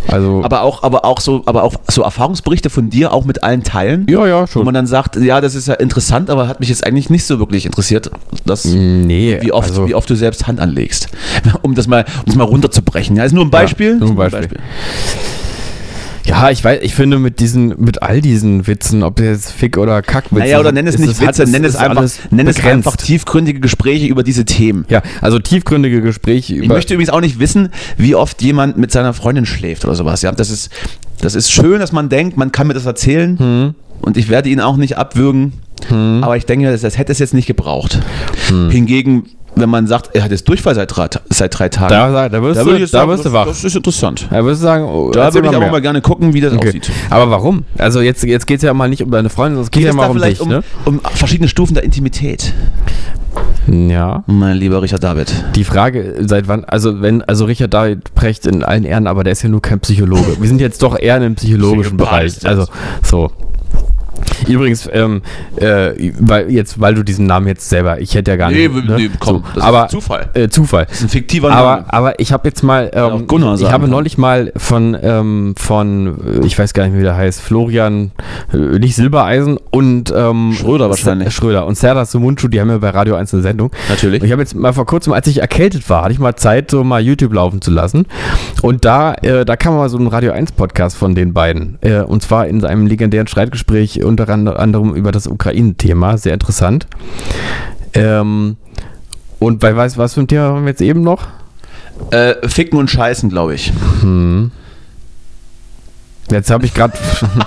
Speaker 3: Also,
Speaker 4: Aber auch, aber auch so, aber auch so Erfahrungsberichte von dir, auch mit allen Teilen.
Speaker 3: ja, ja,
Speaker 4: Wo
Speaker 3: schon.
Speaker 4: man dann sagt, ja, das ist ja interessant, aber hat mich jetzt eigentlich nicht so wirklich interessiert, dass,
Speaker 3: nee,
Speaker 4: wie, oft,
Speaker 3: also,
Speaker 4: wie oft du selbst Hand anlegst. Um das mal, um das mal runterzubrechen. Ja, ist nur ein Beispiel.
Speaker 3: Ja, nur ein Beispiel. Ja, ich weiß, ich finde mit diesen, mit all diesen Witzen, ob das jetzt Fick oder Kackwitze
Speaker 4: Naja, oder
Speaker 3: sind,
Speaker 4: nenn es
Speaker 3: ist
Speaker 4: nicht
Speaker 3: hat-
Speaker 4: Witze, nenn es
Speaker 3: ist
Speaker 4: einfach,
Speaker 3: alles
Speaker 4: nenn es
Speaker 3: begrenzt.
Speaker 4: einfach tiefgründige Gespräche über diese Themen.
Speaker 3: Ja, also tiefgründige Gespräche
Speaker 4: Ich
Speaker 3: über.
Speaker 4: möchte übrigens auch nicht wissen, wie oft jemand mit seiner Freundin schläft oder sowas. Ja, das ist, das ist schön, dass man denkt, man kann mir das erzählen
Speaker 3: Hm.
Speaker 4: und ich
Speaker 3: Hm.
Speaker 4: werde ihn auch nicht abwürgen. Aber ich denke, das, das hätte es jetzt nicht gebraucht. Hingegen wenn man sagt, er hat jetzt Durchfall seit drei, Ta- seit drei Tagen,
Speaker 3: Da, da, da wirst
Speaker 4: da
Speaker 3: du,
Speaker 4: würde ich jetzt
Speaker 3: da
Speaker 4: sagen,
Speaker 3: wirst
Speaker 4: das,
Speaker 3: du wach.
Speaker 4: das ist interessant.
Speaker 3: Da wirst du sagen, oh,
Speaker 4: Da
Speaker 3: erzähl
Speaker 4: würde ich aber
Speaker 3: mehr.
Speaker 4: mal gerne gucken, wie das
Speaker 3: Okay.
Speaker 4: aussieht.
Speaker 3: Aber warum? Also jetzt, jetzt geht es ja mal nicht um deine Freundin, sondern es geht ja
Speaker 4: es
Speaker 3: mal
Speaker 4: da
Speaker 3: um
Speaker 4: vielleicht
Speaker 3: dich, ne?
Speaker 4: um, um verschiedene Stufen der Intimität,
Speaker 3: ne? Ja.
Speaker 4: mein lieber Richard David.
Speaker 3: Die Frage, seit wann, also wenn, also Richard David Precht in allen Ehren, aber der ist ja nur kein Psychologe. Wir sind jetzt doch eher in einem psychologischen
Speaker 4: Psychopath
Speaker 3: Bereich.
Speaker 4: ist
Speaker 3: Also, so. Übrigens, ähm, äh, weil, jetzt, weil du diesen Namen jetzt selber, ich hätte ja gar nicht. ne? so, aber,
Speaker 4: Zufall.
Speaker 3: Äh, Zufall.
Speaker 4: Das ist ein fiktiver
Speaker 3: Aber,
Speaker 4: Name.
Speaker 3: aber ich habe jetzt mal, ähm,
Speaker 4: auch Gunnar
Speaker 3: ich
Speaker 4: sagen
Speaker 3: habe
Speaker 4: kann.
Speaker 3: neulich mal von, ähm, von, äh, ich weiß gar nicht, wie der heißt, Florian, äh, nicht Silbereisen und ähm,
Speaker 4: Schröder
Speaker 3: S-
Speaker 4: wahrscheinlich.
Speaker 3: Schröder und Serdar Sumunchu, die haben ja bei Radio 1 eine Sendung.
Speaker 4: Natürlich.
Speaker 3: Und ich habe jetzt mal vor kurzem, als ich erkältet war, hatte ich mal Zeit, so mal YouTube laufen zu lassen. Und da, äh, da kam mal so ein Radio 1 Podcast von den beiden. Äh, und zwar in einem legendären Streitgespräch unter and- anderem über das Ukraine-Thema. Sehr interessant. Ähm, und bei was, was für ein Thema haben wir jetzt eben noch?
Speaker 4: Äh, Ficken und Scheißen, glaube ich.
Speaker 3: Jetzt habe ich gerade.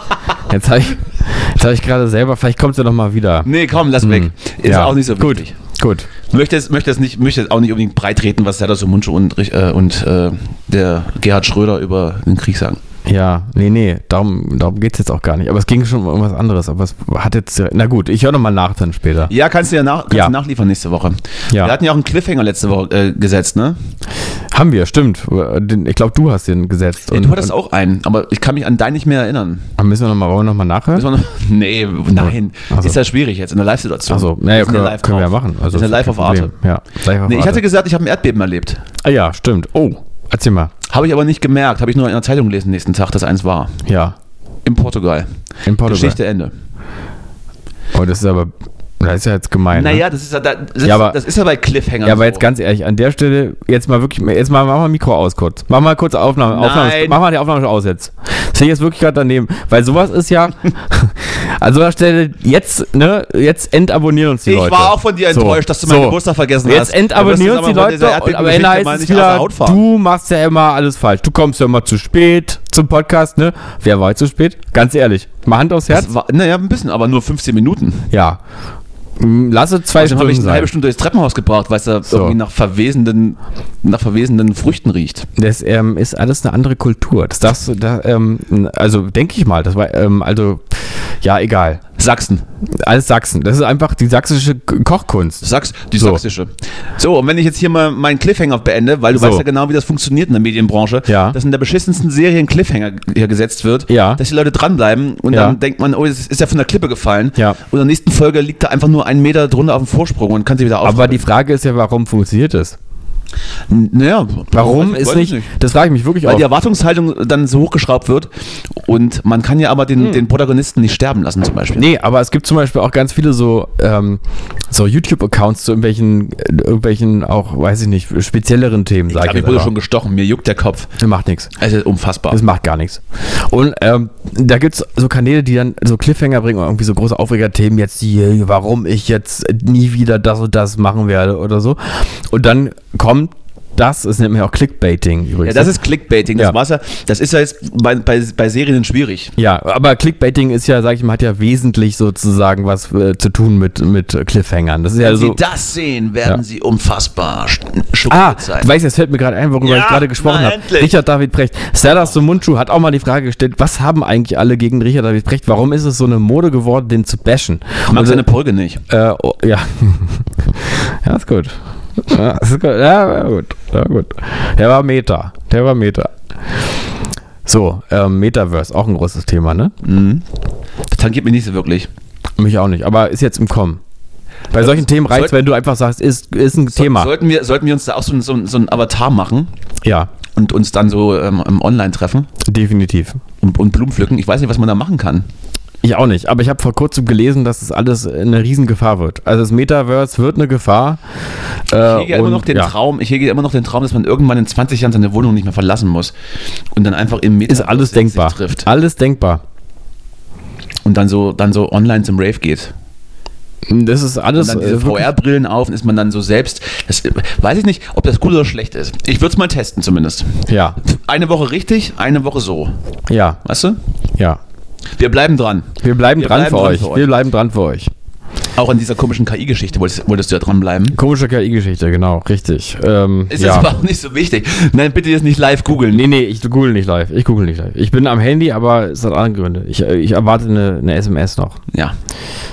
Speaker 3: jetzt habe ich, jetzt hab ich gerade selber. Vielleicht kommt sie noch mal wieder.
Speaker 4: Nee, komm, lass weg. Ist
Speaker 3: Hm. Ja.
Speaker 4: auch nicht so
Speaker 3: Gut.
Speaker 4: wichtig.
Speaker 3: Gut.
Speaker 4: Möchte es, möchte es nicht, möchte es auch nicht unbedingt breitreten, was Serdar Somuncu und, Rich- äh, und äh, der Gerhard Schröder über den Krieg sagen.
Speaker 3: Ja, nee, nee. Darum, darum geht es jetzt auch gar nicht. Aber es ging schon um irgendwas anderes. Aber es hat jetzt. Na gut, ich höre noch mal nach dann später.
Speaker 4: Ja, kannst du ja nach, kannst
Speaker 3: Ja.
Speaker 4: Du nachliefern nächste Woche.
Speaker 3: Ja.
Speaker 4: Wir hatten ja auch einen Cliffhanger letzte Woche äh, gesetzt, ne?
Speaker 3: Haben wir, stimmt. Den- Ich glaube, du hast den gesetzt.
Speaker 4: Ja, du hattest auch einen, aber ich kann mich an deinen nicht mehr erinnern.
Speaker 3: und, müssen wir nochmal noch mal nachhören?
Speaker 4: Müssen wir noch, nee, nein.
Speaker 3: Ach so.
Speaker 4: Ist ja schwierig jetzt in der Live-Situation.
Speaker 3: Achso, naja,
Speaker 4: Wir sind ja
Speaker 3: können, wir-
Speaker 4: live
Speaker 3: können wir Also. ja
Speaker 4: drauf.
Speaker 3: machen. Also
Speaker 4: Wir sind ja live
Speaker 3: kein
Speaker 4: auf Arte.
Speaker 3: Problem. Ja, live auf
Speaker 4: Nee, ich
Speaker 3: Arte.
Speaker 4: hatte gesagt, ich habe ein Erdbeben erlebt.
Speaker 3: ah, ja, stimmt. Oh, erzähl mal.
Speaker 4: Habe ich aber nicht gemerkt. Habe ich nur in der Zeitung gelesen nächsten Tag, dass eins war.
Speaker 3: Ja,
Speaker 4: In Portugal.
Speaker 3: in Portugal.
Speaker 4: Geschichte Ende.
Speaker 3: Oh, das ist aber. Das ist ja jetzt gemein. ne?
Speaker 4: Naja, das ist ja, da- das,
Speaker 3: Ja, aber-
Speaker 4: das ist ja bei Cliffhanger.
Speaker 3: Ja, aber
Speaker 4: so.
Speaker 3: jetzt ganz ehrlich, an der Stelle, jetzt mal wirklich, jetzt mal, mach mal Mikro aus kurz. Mach mal kurz Aufnahme, Aufnahme
Speaker 4: Nein.
Speaker 3: mach mal die Aufnahme schon aus jetzt. Das sehe ich jetzt wirklich gerade daneben, weil sowas ist ja, an so einer Stelle, jetzt, ne, jetzt entabonnieren uns die
Speaker 4: Ich
Speaker 3: Leute.
Speaker 4: war auch von dir
Speaker 3: So,
Speaker 4: enttäuscht, dass du meinen
Speaker 3: so.
Speaker 4: Geburtstag vergessen hast.
Speaker 3: Jetzt entabonnieren uns
Speaker 4: Aber
Speaker 3: die
Speaker 4: das ist aber von dieser
Speaker 3: Leute und am Ende heißt
Speaker 4: Erdbebengeschichte mal
Speaker 3: es
Speaker 4: nicht aus der
Speaker 3: wieder,
Speaker 4: Haut fahren.
Speaker 3: du machst ja immer alles falsch. Du kommst ja immer zu spät zum Podcast, ne? Wer war jetzt zu spät? Ganz ehrlich, mal Hand aufs Herz.
Speaker 4: Das war, naja, ein bisschen, aber nur 15 Minuten. Also
Speaker 3: Ja. Hm, Lasse zwei
Speaker 4: Dann habe
Speaker 3: Stunden
Speaker 4: ich eine
Speaker 3: sein.
Speaker 4: halbe Stunde durchs Treppenhaus gebracht, weil es da
Speaker 3: So.
Speaker 4: irgendwie nach verwesenden, nach verwesenden Früchten riecht.
Speaker 3: Das ähm, ist alles eine andere Kultur. Das darfst du, da, ähm, also denke ich mal, das war, ähm, also, ja, egal.
Speaker 4: Sachsen.
Speaker 3: Alles Sachsen. Das ist einfach die sächsische K- Kochkunst.
Speaker 4: Sachs, die
Speaker 3: So.
Speaker 4: sächsische. So, und wenn ich jetzt hier mal meinen Cliffhanger beende, weil du
Speaker 3: So.
Speaker 4: weißt ja genau, wie das funktioniert in der Medienbranche,
Speaker 3: Ja.
Speaker 4: dass in der beschissensten Serie ein Cliffhanger hier gesetzt wird,
Speaker 3: Ja.
Speaker 4: dass die Leute dranbleiben und
Speaker 3: Ja.
Speaker 4: dann denkt man, oh, das ist ja von der Klippe gefallen.
Speaker 3: Ja.
Speaker 4: Und in der nächsten Folge liegt da einfach nur ein Meter drunter auf dem Vorsprung und kann sich wieder
Speaker 3: Aber die Frage ist ja, warum funktioniert das?
Speaker 4: N- Naja,
Speaker 3: Warum
Speaker 4: weiß-
Speaker 3: ist
Speaker 4: weiß
Speaker 3: nicht,
Speaker 4: ich
Speaker 3: das frage ich mich wirklich
Speaker 4: Weil
Speaker 3: auch.
Speaker 4: die Erwartungshaltung dann so hochgeschraubt wird und man kann ja aber den, den Protagonisten nicht sterben lassen zum Beispiel.
Speaker 3: Hm. Nee, aber es gibt zum Beispiel auch ganz viele so, ähm, so YouTube-Accounts zu irgendwelchen, äh, irgendwelchen auch, weiß ich nicht, spezielleren Themen, sag ich,
Speaker 4: ich glaub, ich
Speaker 3: jetzt
Speaker 4: wurde
Speaker 3: einfach.
Speaker 4: schon gestochen, mir juckt der Kopf.
Speaker 3: Das Macht nichts.
Speaker 4: Also unfassbar.
Speaker 3: Das macht gar nichts. Und ähm, da gibt es so Kanäle, die dann so Cliffhanger bringen und irgendwie so große Aufregerthemen, jetzt die, äh, warum ich jetzt nie wieder das und das machen werde oder so. Und dann kommt das, es nennt man ja auch Clickbaiting
Speaker 4: ja,
Speaker 3: übrigens.
Speaker 4: das ist Clickbaiting. Das,
Speaker 3: Ja.
Speaker 4: war's ja, das ist ja jetzt bei, bei, bei Serien schwierig.
Speaker 3: ja, aber Clickbaiting ist ja, sag ich mal, hat ja wesentlich sozusagen was äh, zu tun mit, mit Cliffhangern. Das ist ja
Speaker 4: Wenn
Speaker 3: so.
Speaker 4: Sie das sehen, werden
Speaker 3: Also- Ja.
Speaker 4: Sie unfassbar sch- schockiert
Speaker 3: Ah,
Speaker 4: sein.
Speaker 3: ich weiß, jetzt fällt mir gerade ein, worüber
Speaker 4: Ja,
Speaker 3: ich gerade gesprochen
Speaker 4: na,
Speaker 3: habe.
Speaker 4: endlich.
Speaker 3: Richard David Precht. Serdar Somuncu hat auch mal die Frage gestellt, was haben eigentlich alle gegen Richard David Precht? Warum ist es so eine Mode geworden, den zu bashen?
Speaker 4: Mag
Speaker 3: Und,
Speaker 4: seine Polge nicht.
Speaker 3: äh, oh, ja. ja, ist gut. Ja, ist gut. Ja, ja, gut. Ja, gut. Der war Meta. Der war Meta. So, ähm, Metaverse, auch ein großes Thema, ne?
Speaker 4: Das tangiert mich nicht so wirklich.
Speaker 3: Mich auch nicht, aber ist jetzt im Kommen.
Speaker 4: Äh,
Speaker 3: Bei solchen Themen reicht wenn du einfach sagst, ist, ist ein
Speaker 4: So-
Speaker 3: Thema.
Speaker 4: Sollten wir, sollten wir uns da auch so, ein- so, ein- so einen Avatar machen
Speaker 3: ja,
Speaker 4: und uns dann so ähm, im Online treffen
Speaker 3: definitiv.
Speaker 4: und, und Blumen pflücken? Ich weiß nicht, was man da machen kann.
Speaker 3: Ich auch nicht, aber ich habe vor kurzem gelesen, dass es das alles eine Riesengefahr wird. Also das Metaverse wird eine Gefahr. Äh,
Speaker 4: Ich hege ja immer noch den
Speaker 3: ja,
Speaker 4: Traum, ich hege ja immer noch den Traum, dass man irgendwann in 20 Jahren seine Wohnung nicht mehr verlassen muss und dann einfach im Metaverse
Speaker 3: ist alles
Speaker 4: sich
Speaker 3: denkbar.
Speaker 4: trifft
Speaker 3: Alles denkbar.
Speaker 4: und dann so dann so online zum Rave geht.
Speaker 3: Das ist alles
Speaker 4: Und dann diese
Speaker 3: äh, wirklich-
Speaker 4: VR-Brillen auf und ist man dann so selbst. Das, äh, weiß ich nicht, ob das gut oder schlecht ist. Ich würde es mal testen zumindest.
Speaker 3: Ja,
Speaker 4: Eine Woche richtig, eine Woche so.
Speaker 3: ja,
Speaker 4: Weißt du?
Speaker 3: ja.
Speaker 4: Wir bleiben dran.
Speaker 3: Wir bleiben
Speaker 4: Wir
Speaker 3: dran,
Speaker 4: bleiben
Speaker 3: für,
Speaker 4: dran
Speaker 3: euch.
Speaker 4: für euch.
Speaker 3: Wir bleiben dran für euch.
Speaker 4: Auch an dieser komischen KI-Geschichte wolltest, wolltest du ja dranbleiben.
Speaker 3: Komische KI-Geschichte, genau, richtig. Ähm,
Speaker 4: Ist
Speaker 3: ja.
Speaker 4: jetzt aber auch nicht so wichtig. Nein, bitte jetzt nicht live googeln.
Speaker 3: Nee, nee, ich google nicht live. Ich google nicht live. Ich bin am Handy, aber es hat andere Gründe. Ich, äh, ich erwarte eine, eine SMS noch.
Speaker 4: Ja.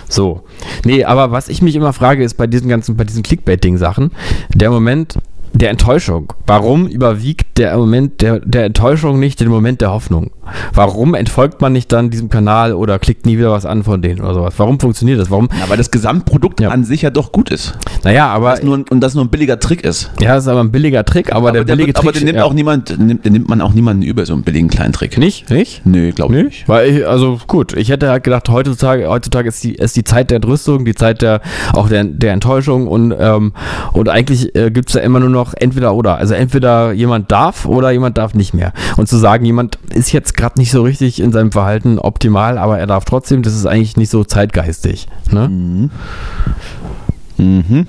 Speaker 3: So. Nee, aber was ich mich immer frage, ist bei diesen ganzen, bei diesen Clickbait-Ding-Sachen, der Moment der Enttäuschung. Warum überwiegt der Moment der, der Enttäuschung nicht den Moment der Hoffnung? Warum entfolgt man nicht dann diesem Kanal oder klickt nie wieder was an von denen oder sowas? Warum funktioniert das? Warum?
Speaker 4: Ja, weil das Gesamtprodukt
Speaker 3: Ja.
Speaker 4: an sich ja doch gut ist.
Speaker 3: Naja, aber.
Speaker 4: Das nur, ein- und das nur ein billiger Trick ist.
Speaker 3: Ja, das ist aber ein billiger Trick, aber, der billige
Speaker 4: wird-
Speaker 3: Trick.
Speaker 4: aber den nimmt
Speaker 3: ja.
Speaker 4: auch niemand, nimmt, den nimmt man auch niemanden über, so einen billigen kleinen Trick.
Speaker 3: Nicht? Nicht?
Speaker 4: Nö, glaube ich
Speaker 3: Nicht? Weil ich, also gut, ich hätte halt gedacht, heutzutage, heutzutage ist die, ist die Zeit der Entrüstung, die Zeit der auch der, der Enttäuschung und, ähm, und eigentlich äh, gibt es da immer nur noch entweder oder. Also entweder jemand darf oder jemand darf nicht mehr. Und zu sagen, jemand ist jetzt gerade nicht so richtig in seinem Verhalten optimal, aber er darf trotzdem, das ist eigentlich nicht so zeitgeistig. Ne?
Speaker 4: Mhm. Mhm.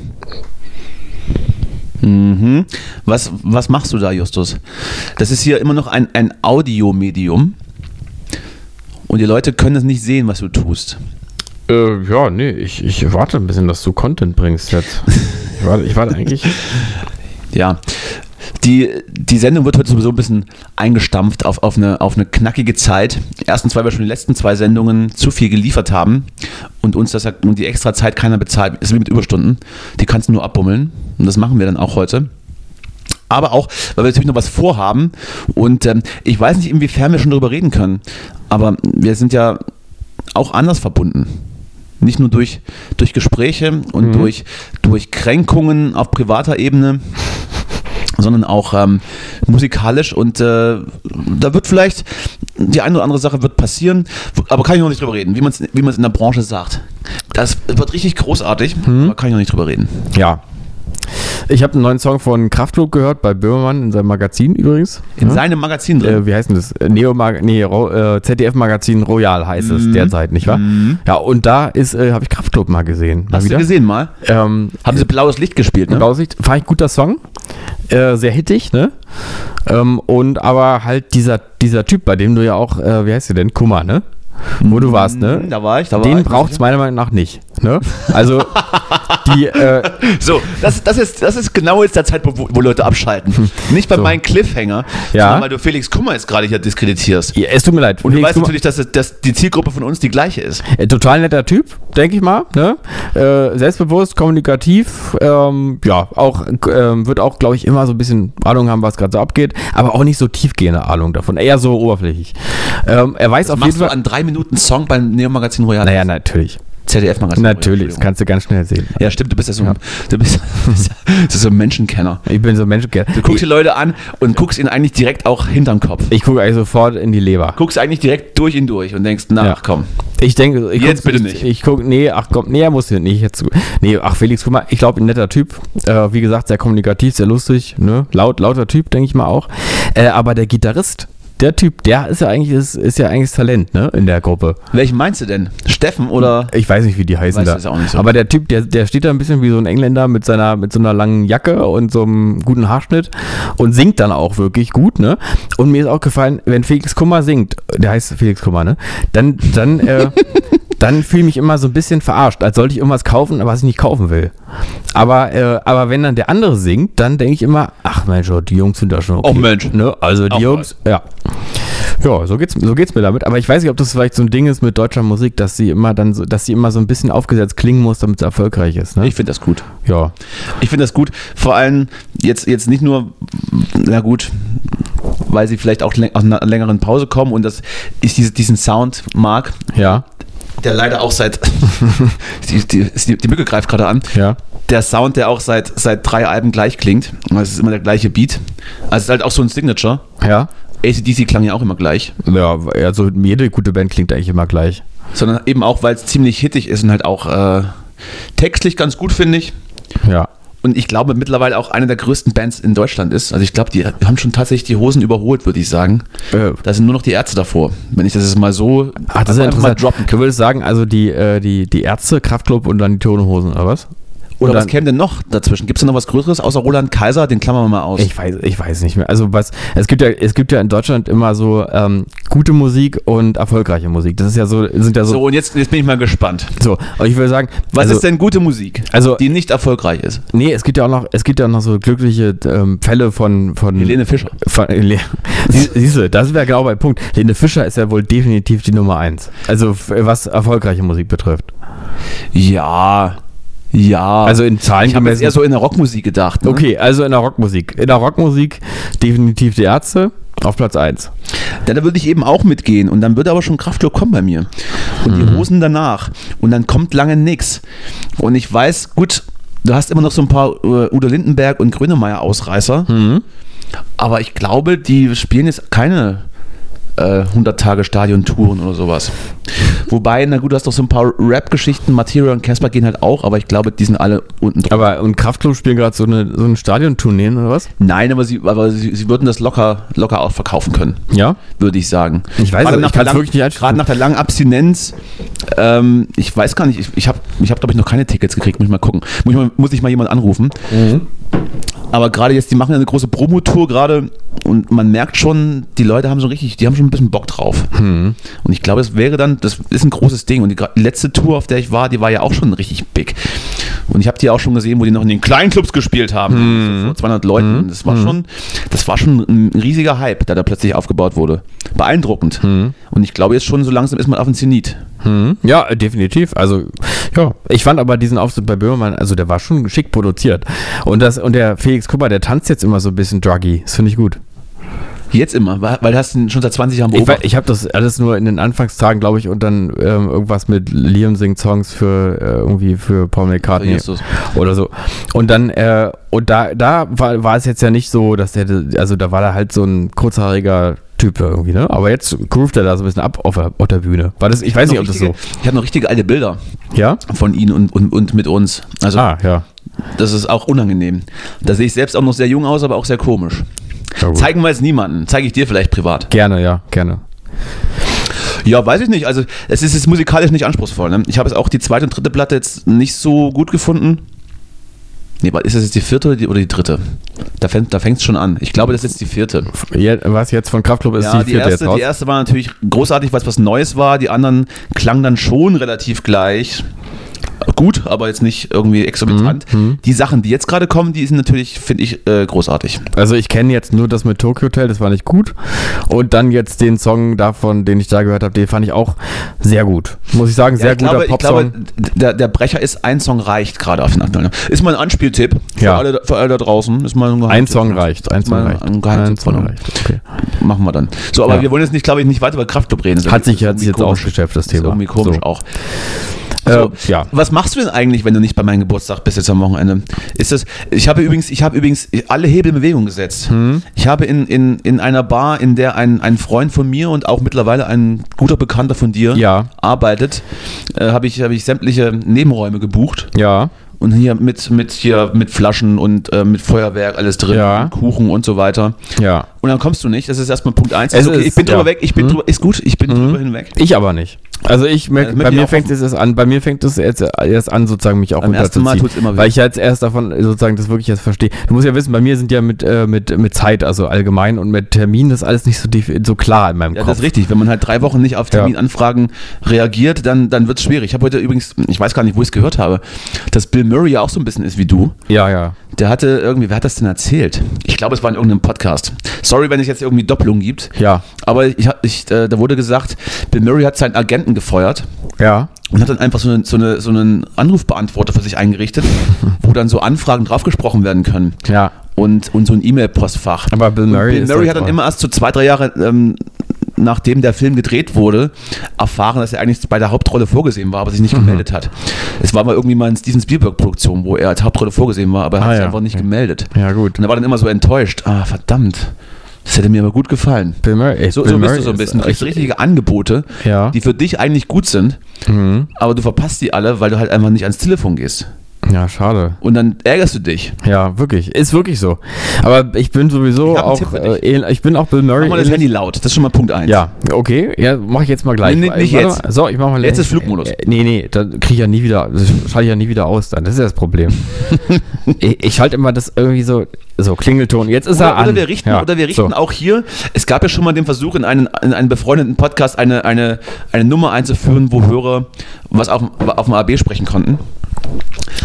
Speaker 4: Mhm. Was, was machst du da, Justus? Das ist hier immer noch ein, ein Audiomedium. Und die Leute können das nicht sehen, was du tust.
Speaker 3: Äh, ja, nee, ich, ich warte ein bisschen, dass du Content bringst jetzt. Ich warte, ich warte eigentlich.
Speaker 4: Ja. Die, die Sendung wird heute sowieso ein bisschen eingestampft auf, auf, eine, auf eine knackige Zeit. Erstens, weil wir schon die letzten zwei Sendungen zu viel geliefert haben und uns das und die extra Zeit keiner bezahlt. Ist wie mit Überstunden. Die kannst du nur abbummeln. Und das machen wir dann auch heute. Aber auch, weil wir natürlich noch was vorhaben. Und ähm, ich weiß nicht, inwiefern wir schon darüber reden können. Aber wir sind ja auch anders verbunden. Nicht nur durch, durch Gespräche und durch, durch Kränkungen auf privater Ebene, sondern auch ähm, musikalisch. Und äh, da wird vielleicht die eine oder andere Sache wird passieren, aber kann ich noch nicht drüber reden, wie man es wie man's in der Branche sagt. Das wird richtig großartig,
Speaker 3: Hm?
Speaker 4: aber kann ich noch nicht drüber reden.
Speaker 3: Ja. Ich habe einen neuen Song von Kraftklub gehört, bei Böhmermann in seinem Magazin übrigens.
Speaker 4: In
Speaker 3: Ja?
Speaker 4: seinem Magazin drin.
Speaker 3: äh, wie heißt denn das? Äh, Neo Mag nee, Ro äh, ZDF Magazin Royal heißt es
Speaker 4: Mhm.
Speaker 3: derzeit, nicht wahr? Ja, und da ist äh, habe ich Kraftklub mal gesehen. Mal
Speaker 4: Hast du gesehen mal?
Speaker 3: Ähm,
Speaker 4: Haben sie blaues Licht gespielt, ne?
Speaker 3: Blausicht, fand ich guter Song. Äh, sehr hittig, ne? Ähm, und aber halt dieser, dieser Typ, bei dem du ja auch, äh, wie heißt der denn? Kummer, ne? Wo du warst, ne?
Speaker 4: Mhm, Da war ich, da war
Speaker 3: Den
Speaker 4: ich.
Speaker 3: braucht es meiner Meinung nach nicht. Ne? Also, die, äh,
Speaker 4: So, das, das, ist, das ist genau jetzt der Zeitpunkt, wo, wo Leute abschalten. Nicht bei meinem Cliffhanger,
Speaker 3: Hm. Ja.
Speaker 4: sondern weil du Felix Kummer jetzt gerade hier diskreditierst.
Speaker 3: ja, es tut mir leid.
Speaker 4: Und du
Speaker 3: Felix
Speaker 4: weißt
Speaker 3: Kummer-
Speaker 4: natürlich, dass, es- dass die Zielgruppe von uns die gleiche ist.
Speaker 3: Äh, Total netter Typ, denke ich mal. Ne? Äh, selbstbewusst, kommunikativ, ähm, ja, auch ähm, wird auch, glaube ich, immer so ein bisschen Ahnung haben, was gerade so abgeht, aber auch nicht so tiefgehende Ahnung davon, eher so oberflächlich. Ähm, er weiß auf jeden
Speaker 4: Machst du
Speaker 3: Fall.
Speaker 4: an drei Minuten Song beim Neo-Magazin Royal?
Speaker 3: Naja, natürlich.
Speaker 4: ZDF-Magazin
Speaker 3: Natürlich, das
Speaker 4: Royal.
Speaker 3: kannst du ganz schnell sehen.
Speaker 4: Ja, stimmt, du bist ja so, ein- du bist, du bist so ein Menschenkenner.
Speaker 3: Ich bin so ein Mensch.
Speaker 4: Du guckst die Leute an und guckst ihnen eigentlich direkt auch hinterm Kopf.
Speaker 3: Ich gucke eigentlich sofort in die Leber.
Speaker 4: Guckst eigentlich direkt durch ihn durch und denkst, na
Speaker 3: Ja.
Speaker 4: ach komm.
Speaker 3: Ich denke, ich
Speaker 4: Jetzt
Speaker 3: guck-
Speaker 4: bitte
Speaker 3: ich-
Speaker 4: nicht.
Speaker 3: Ich gucke, nee, ach komm, nee, er muss hier nicht. Jetzt, nee, ach Felix, guck mal, ich glaube, ein netter Typ. Äh, wie gesagt, sehr kommunikativ, sehr lustig, ne? Laut, lauter Typ, denke ich mal auch. Äh, aber der Gitarrist, der Typ, der ist ja eigentlich, ist, ist ja eigentlich das Talent, ne? In der Gruppe.
Speaker 4: Welchen meinst du denn? Steffen oder?
Speaker 3: Ich weiß nicht, wie die heißen
Speaker 4: Weiß
Speaker 3: da.
Speaker 4: das auch nicht so. genau.
Speaker 3: Aber der Typ, der, der steht da ein bisschen wie so ein Engländer mit seiner, mit so einer langen Jacke und so einem guten Haarschnitt und singt dann auch wirklich gut, ne? Und mir ist auch gefallen, wenn Felix Kummer singt, der heißt Felix Kummer, ne? Dann, dann, äh, dann fühle ich mich immer so ein bisschen verarscht, als sollte ich irgendwas kaufen, was ich nicht kaufen will. Aber, äh, aber wenn dann der andere singt, dann denke ich immer, ach Mensch, oh, die Jungs sind da schon okay.
Speaker 4: Oh Mensch.
Speaker 3: Ne? Also die
Speaker 4: Auch
Speaker 3: Jungs, ja. Ja, so geht's, so geht's mir damit. Aber ich weiß nicht, ob das vielleicht so ein Ding ist mit deutscher Musik, dass sie immer dann so, dass sie immer so ein bisschen aufgesetzt klingen muss, damit sie erfolgreich ist. Ne?
Speaker 4: Ich finde das gut.
Speaker 3: ja.
Speaker 4: Ich finde das gut. Vor allem jetzt, jetzt nicht nur, na gut, weil sie vielleicht auch läng- aus einer längeren Pause kommen und das ich diese, diesen Sound mag,
Speaker 3: Ja.
Speaker 4: der leider auch seit. die, die, die, die Mücke greift gerade an.
Speaker 3: Ja.
Speaker 4: Der Sound, der auch seit, seit drei Alben gleich klingt. Es ist immer der gleiche Beat. Also es ist halt auch so ein Signature.
Speaker 3: Ja.
Speaker 4: ACDC klang ja auch immer gleich.
Speaker 3: Ja, also jede gute Band klingt eigentlich immer gleich.
Speaker 4: Sondern eben auch, weil es ziemlich hittig ist und halt auch äh, textlich ganz gut, finde ich.
Speaker 3: Ja.
Speaker 4: und ich glaube mittlerweile auch eine der größten Bands in Deutschland ist. Also ich glaube, die haben schon tatsächlich die Hosen überholt, würde ich sagen.
Speaker 3: Äh,
Speaker 4: Da sind nur noch die Ärzte davor. Wenn ich das jetzt mal so
Speaker 3: ach, Ah, das ist ja
Speaker 4: einfach mal
Speaker 3: interessant.
Speaker 4: droppen
Speaker 3: Du würdest sagen, also die, äh, die, die Ärzte, Kraftclub und dann die Tonehosen, oder was?
Speaker 4: kann. Oder
Speaker 3: Und
Speaker 4: was
Speaker 3: dann-
Speaker 4: käme denn noch dazwischen? Gibt es noch was Größeres außer Roland Kaiser? Den klammern wir mal aus.
Speaker 3: Ich weiß, ich weiß nicht mehr. Also was, es gibt ja, es gibt ja in Deutschland immer so ähm, gute Musik und erfolgreiche Musik. Das ist ja so, sind ja
Speaker 4: so,
Speaker 3: so.
Speaker 4: und jetzt, jetzt bin ich mal gespannt.
Speaker 3: So, aber ich würde sagen,
Speaker 4: Was
Speaker 3: also,
Speaker 4: ist denn gute Musik,
Speaker 3: Also
Speaker 4: die nicht erfolgreich ist?
Speaker 3: nee, es gibt ja auch noch, es gibt ja auch noch so glückliche ähm, Fälle von von
Speaker 4: Helene Fischer.
Speaker 3: Von, Le Sie, siehst du, das wäre genau mein Punkt. Lene Fischer ist ja wohl definitiv die Nummer eins. Also f- was erfolgreiche Musik betrifft.
Speaker 4: Ja. Ja.
Speaker 3: Also in Zahlen
Speaker 4: Ah. ich habe jetzt
Speaker 3: gemessen-
Speaker 4: eher so in der Rockmusik gedacht. ne?
Speaker 3: Okay, also in der Rockmusik. In der Rockmusik definitiv die Ärzte auf Platz eins.
Speaker 4: Ja, da würde ich eben auch mitgehen und dann würde aber schon Kraftklub kommen bei mir. Und die Hosen danach. Und dann kommt lange nix. Und ich weiß, gut, du hast immer noch so ein paar äh, Udo Lindenberg und Grönemeyer Ausreißer. Aber ich glaube, die spielen jetzt keine äh, 100-Tage-Stadion-Touren oder sowas. Wobei, na gut, du hast doch so ein paar Rap-Geschichten. Materia und Casper gehen halt auch, aber ich glaube, die sind alle unten drauf.
Speaker 3: Aber und Kraftklub spielen gerade so eine so ein Stadiontourneen oder was?
Speaker 4: Nein, aber sie, aber sie, sie würden das locker, locker auch verkaufen können.
Speaker 3: Ja.
Speaker 4: würde ich sagen.
Speaker 3: Ich weiß
Speaker 4: Gerade
Speaker 3: es,
Speaker 4: nach
Speaker 3: ich
Speaker 4: der
Speaker 3: kann's
Speaker 4: langen-
Speaker 3: wirklich nicht einschätzen.
Speaker 4: Gerade nach der langen Abstinenz, ähm, ich weiß gar nicht, ich, ich habe, ich hab, glaube ich, noch keine Tickets gekriegt, muss ich mal gucken. Muss ich mal, muss ich mal jemanden anrufen. Aber gerade jetzt, die machen ja eine große Promotour gerade und man merkt schon, die Leute haben so richtig, die haben schon ein bisschen Bock drauf.
Speaker 3: Mhm.
Speaker 4: Und ich glaube, es wäre dann, das ist ein großes Ding. Und die, gra- die letzte Tour, auf der ich war, die war ja auch schon richtig big. Und ich habe die auch schon gesehen, wo die noch in den kleinen Clubs gespielt
Speaker 3: Mhm.
Speaker 4: haben. So vor 200 Leuten. Das war schon, das war schon ein riesiger Hype, der da plötzlich aufgebaut wurde. Beeindruckend.
Speaker 3: Mhm.
Speaker 4: Und ich glaube jetzt schon, so langsam ist man auf dem Zenit.
Speaker 3: Hm, Ja, äh, definitiv. Also, ja. Ich fand aber diesen Auftritt bei Böhmermann, also der war schon schick produziert. Und das, und der Felix Kupper, der tanzt jetzt immer so ein bisschen druggy. Das finde ich gut.
Speaker 4: Jetzt immer, weil weil du hast ihn schon seit 20 Jahren
Speaker 3: Ich, wei-
Speaker 4: beobachtet.
Speaker 3: ich habe das alles nur in den Anfangstagen, glaube ich, und dann ähm, irgendwas mit Liam singt Songs für äh, irgendwie für Paul McCartney
Speaker 4: Für Jesus.
Speaker 3: oder so. Und dann äh, und da da war, war es jetzt ja nicht so, dass der also da war da halt so ein kurzhaariger Typ da irgendwie, ne? Aber jetzt groovt er da so ein bisschen ab auf der, auf der Bühne. War das ich weiß nicht, ob das so.
Speaker 4: Ich habe noch richtige alte Bilder
Speaker 3: Ja?
Speaker 4: von ihnen und, und, und mit uns. Also
Speaker 3: Ah, ja.
Speaker 4: Das ist auch unangenehm. Da sehe ich selbst auch noch sehr jung aus, aber auch sehr komisch.
Speaker 3: Ja, gut.
Speaker 4: Zeigen wir jetzt niemanden. Zeige ich dir vielleicht privat.
Speaker 3: Gerne, ja, gerne.
Speaker 4: Ja, weiß ich nicht. Also, es ist jetzt musikalisch nicht anspruchsvoll. Ne? Ich habe jetzt auch die zweite und dritte Platte jetzt nicht so gut gefunden. Nee, wa- ist das jetzt die vierte oder die, oder die dritte? Da fängt es schon an. Ich glaube, das ist jetzt die vierte.
Speaker 3: Je, was jetzt von Kraftklub ist,
Speaker 4: Ja,
Speaker 3: die
Speaker 4: die,
Speaker 3: vierte
Speaker 4: erste,
Speaker 3: jetzt raus.
Speaker 4: die erste war natürlich großartig, weil es was Neues war. Die anderen klangen dann schon relativ gleich. Gut, aber jetzt nicht irgendwie exorbitant.
Speaker 3: Mhm,
Speaker 4: Die Sachen, die jetzt gerade kommen, die sind natürlich, finde ich, äh, großartig.
Speaker 3: Also ich kenne jetzt nur das mit Tokyo Hotel, das war nicht gut. Und dann jetzt den Song davon, den ich da gehört habe, den fand ich auch sehr gut. Muss ich sagen, sehr
Speaker 4: ich
Speaker 3: guter
Speaker 4: glaube, ich
Speaker 3: Popsong.
Speaker 4: glaube, der, der Brecher ist ein Song reicht gerade auf den aktuellen. Ist mal ein Anspieltipp für,
Speaker 3: Ja.
Speaker 4: alle, für alle da draußen. Ist mal ein
Speaker 3: ein
Speaker 4: Geheimtipp.
Speaker 3: Song reicht, ein Song
Speaker 4: Mal
Speaker 3: reicht.
Speaker 4: ein
Speaker 3: ein
Speaker 4: Geheimtipp
Speaker 3: Song
Speaker 4: von-
Speaker 3: reicht. Okay.
Speaker 4: Machen wir dann. So, aber
Speaker 3: Ja.
Speaker 4: wir wollen jetzt nicht, glaube ich, nicht weiter über Kraftclub reden.
Speaker 3: Hat sich, hat
Speaker 4: Irgendwie
Speaker 3: sich jetzt
Speaker 4: komisch.
Speaker 3: ausgeschäft, das
Speaker 4: Ist
Speaker 3: Thema.
Speaker 4: irgendwie komisch
Speaker 3: So.
Speaker 4: auch.
Speaker 3: Äh,
Speaker 4: So,
Speaker 3: ja.
Speaker 4: Was machst du denn eigentlich, wenn du nicht bei meinem Geburtstag bist jetzt am Wochenende? Ist das, ich habe übrigens, ich habe übrigens alle Hebel in Bewegung gesetzt.
Speaker 3: Mhm.
Speaker 4: Ich habe in, in, in einer Bar, in der ein, ein Freund von mir und auch mittlerweile ein guter Bekannter von dir
Speaker 3: Ja.
Speaker 4: arbeitet, äh, habe ich, habe ich sämtliche Nebenräume gebucht.
Speaker 3: Ja,
Speaker 4: Und hier mit, mit, hier mit Flaschen und äh, mit Feuerwerk, alles drin,
Speaker 3: Ja.
Speaker 4: und Kuchen und so weiter.
Speaker 3: ja.
Speaker 4: Und dann kommst du nicht. Das ist erstmal Punkt 1.
Speaker 3: Es
Speaker 4: ich
Speaker 3: ist-
Speaker 4: bin drüber
Speaker 3: ja. Mhm.
Speaker 4: weg, ich bin drüber, ist gut, ich bin drüber hinweg.
Speaker 3: Ich aber nicht. Also ich merk,
Speaker 4: Also mit
Speaker 3: bei
Speaker 4: mir
Speaker 3: mir
Speaker 4: auch
Speaker 3: fängt es erst an, bei mir fängt es jetzt erst an, sozusagen mich auch
Speaker 4: Beim ersten Mal
Speaker 3: runterzuziehen.
Speaker 4: tut's immer weh.
Speaker 3: Weil ich jetzt erst davon sozusagen das wirklich jetzt verstehe. Du musst ja wissen, bei mir sind ja mit, äh, mit, mit Zeit, also allgemein und mit Termin, das alles nicht so, defi- so klar in meinem
Speaker 4: Ja,
Speaker 3: Kopf.
Speaker 4: das ist richtig. Wenn man halt drei Wochen nicht auf Terminanfragen reagiert, dann, dann wird es schwierig. Ich habe heute übrigens, ich weiß gar nicht, wo ich es gehört habe, dass Bill Murray ja auch so ein bisschen ist wie du.
Speaker 3: Ja, ja.
Speaker 4: Der hatte irgendwie, wer hat das denn erzählt? Ich glaube, es war in irgendeinem Podcast. Sorry, wenn es jetzt irgendwie Doppelungen gibt.
Speaker 3: Ja.
Speaker 4: Aber ich, hab- ich, äh, da wurde gesagt, Bill Murray hat seinen Agenten gefeuert.
Speaker 3: Ja.
Speaker 4: und hat dann einfach so, eine, so, eine, so einen Anrufbeantworter für sich eingerichtet, wo dann so Anfragen draufgesprochen werden können.
Speaker 3: Ja.
Speaker 4: Und, und so ein E-Mail-Postfach.
Speaker 3: Aber Bill
Speaker 4: Und
Speaker 3: Murray
Speaker 4: Ähm, Bill
Speaker 3: ist
Speaker 4: Murray
Speaker 3: halt
Speaker 4: hat dann
Speaker 3: auch-
Speaker 4: immer erst so zwei, drei Jahre, ähm, nachdem der Film gedreht wurde, erfahren, dass er eigentlich bei der Hauptrolle vorgesehen war, aber sich
Speaker 3: Mhm.
Speaker 4: nicht gemeldet hat. Es war mal irgendwie mal in Steven Spielberg-Produktion, wo er als Hauptrolle vorgesehen war, aber er hat
Speaker 3: Ah,
Speaker 4: sich
Speaker 3: ja.
Speaker 4: einfach nicht
Speaker 3: Ja.
Speaker 4: gemeldet.
Speaker 3: Ja, gut.
Speaker 4: Und er war dann immer so enttäuscht. Ah, verdammt. Das hätte mir aber gut gefallen.
Speaker 3: Bill Murray. ey,
Speaker 4: So,
Speaker 3: Bill
Speaker 4: so bist
Speaker 3: Murray
Speaker 4: du so ein
Speaker 3: ist-
Speaker 4: bisschen. Du kriegst
Speaker 3: ich-
Speaker 4: richtige Angebote,
Speaker 3: Ja. Mhm.
Speaker 4: die für dich eigentlich gut sind, aber du verpasst die alle, weil du halt einfach nicht ans Telefon gehst.
Speaker 3: Ja, schade.
Speaker 4: Und dann ärgerst du dich.
Speaker 3: Ja, wirklich. Ist wirklich so. Aber ich bin sowieso
Speaker 4: Ich hab einen
Speaker 3: auch.
Speaker 4: Tipp für
Speaker 3: äh, ähn- ich bin auch Bill Murray.
Speaker 4: Mach mal das
Speaker 3: ähnlich.
Speaker 4: Handy laut. Das ist schon mal Punkt 1.
Speaker 3: Ja, okay. Ja, mache ich jetzt mal gleich.
Speaker 4: Nee, nee, nicht
Speaker 3: Warte
Speaker 4: jetzt.
Speaker 3: Mal. So, ich mache mal
Speaker 4: Jetzt ist Flugmodus.
Speaker 3: Äh, Nee, nee, dann kriege ich ja nie wieder, das schalte ich ja nie wieder aus dann. Das ist ja das Problem. ich ich schalte immer das irgendwie so, so Klingelton. Jetzt ist er
Speaker 4: Oder,
Speaker 3: an.
Speaker 4: oder wir richten,
Speaker 3: ja,
Speaker 4: oder wir richten
Speaker 3: so.
Speaker 4: auch hier, es gab ja schon mal den Versuch, in einen, in einen befreundeten Podcast eine, eine, eine Nummer einzuführen, wo Hörer was auf, dem- auf dem AB sprechen konnten.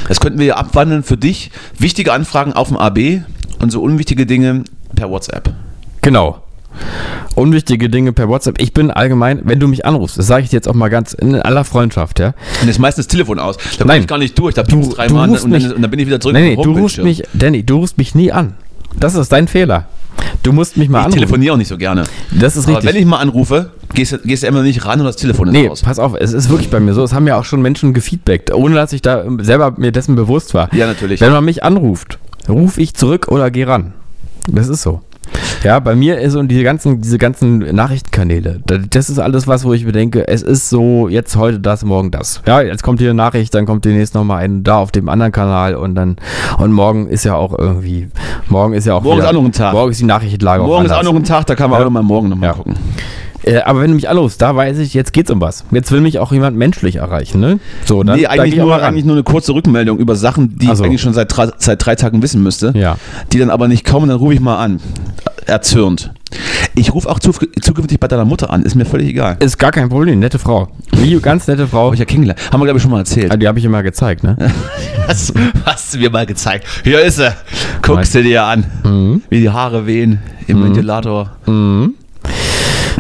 Speaker 4: Das könnten wir ja abwandeln für dich. Wichtige Anfragen auf dem AB und so unwichtige Dinge per WhatsApp.
Speaker 3: Genau. Unwichtige Dinge per WhatsApp. Ich bin allgemein, wenn du mich anrufst, das sage ich dir jetzt auch mal ganz in aller Freundschaft, ja.
Speaker 4: Und jetzt meistens das Telefon aus. Da komme
Speaker 3: Nein.
Speaker 4: ich gar nicht durch. Da
Speaker 3: Du-
Speaker 4: piepst
Speaker 3: du
Speaker 4: dreimal und,
Speaker 3: rufst
Speaker 4: dann-
Speaker 3: mich-
Speaker 4: und dann bin ich wieder zurück.
Speaker 3: Nee, nee,
Speaker 4: auf dem
Speaker 3: du rufst
Speaker 4: Bildschirm.
Speaker 3: mich, Danny, du rufst mich nie an. Das ist dein Fehler. Du musst mich mal
Speaker 4: Ich
Speaker 3: anrufen.
Speaker 4: telefoniere auch nicht so gerne.
Speaker 3: Das ist
Speaker 4: Aber
Speaker 3: richtig.
Speaker 4: wenn ich mal anrufe, gehst du gehst du immer nicht ran und das Telefon ist
Speaker 3: Nee,
Speaker 4: aus.
Speaker 3: pass auf, es ist wirklich bei mir so. Es haben ja auch schon Menschen gefeedbackt, ohne dass ich da selber mir dessen bewusst war.
Speaker 4: Ja, natürlich.
Speaker 3: Wenn man mich anruft, ruf ich zurück oder geh ran. Das ist so. Ja, bei mir ist und diese ganzen, diese ganzen Nachrichtenkanäle, da- das ist alles was, wo ich mir denke, es ist so, jetzt heute das, morgen das. Ja, jetzt kommt hier eine Nachricht, dann kommt demnächst nochmal ein da auf dem anderen Kanal und dann, und morgen ist ja auch irgendwie, morgen ist ja auch
Speaker 4: Morgen ist
Speaker 3: wieder,
Speaker 4: auch noch ein Tag.
Speaker 3: Morgen ist die Nachrichtenlage
Speaker 4: Morgen ist
Speaker 3: anders.
Speaker 4: auch noch ein Tag, da kann man
Speaker 3: Ja.
Speaker 4: auch noch mal morgen nochmal
Speaker 3: Ja.
Speaker 4: gucken.
Speaker 3: Äh, aber wenn du mich anrufst, da weiß ich, jetzt geht's um was. Jetzt will mich auch jemand menschlich erreichen, ne? So, dann,
Speaker 4: nee,
Speaker 3: da
Speaker 4: eigentlich
Speaker 3: geh ich auch
Speaker 4: nur,
Speaker 3: mal ran.
Speaker 4: eigentlich nur eine kurze Rückmeldung über Sachen, die
Speaker 3: Ach so.
Speaker 4: ich eigentlich schon seit, drei- seit drei Tagen wissen müsste,
Speaker 3: Ja.
Speaker 4: die dann aber nicht kommen, dann rufe ich mal an. Erzürnt. Ich rufe auch zuf- zukünftig bei deiner Mutter an, ist mir völlig egal.
Speaker 3: Ist gar kein Problem, nette Frau. Wie, ganz nette Frau.
Speaker 4: Hab ich ja kennengelernt. Haben wir, glaube ich, schon mal erzählt.
Speaker 3: Ah, die habe ich immer gezeigt, ne?
Speaker 4: Hast, hast du mir mal gezeigt. Hier ist er. Guckst du dir an.
Speaker 3: Mhm.
Speaker 4: Wie die Haare wehen im Ventilator.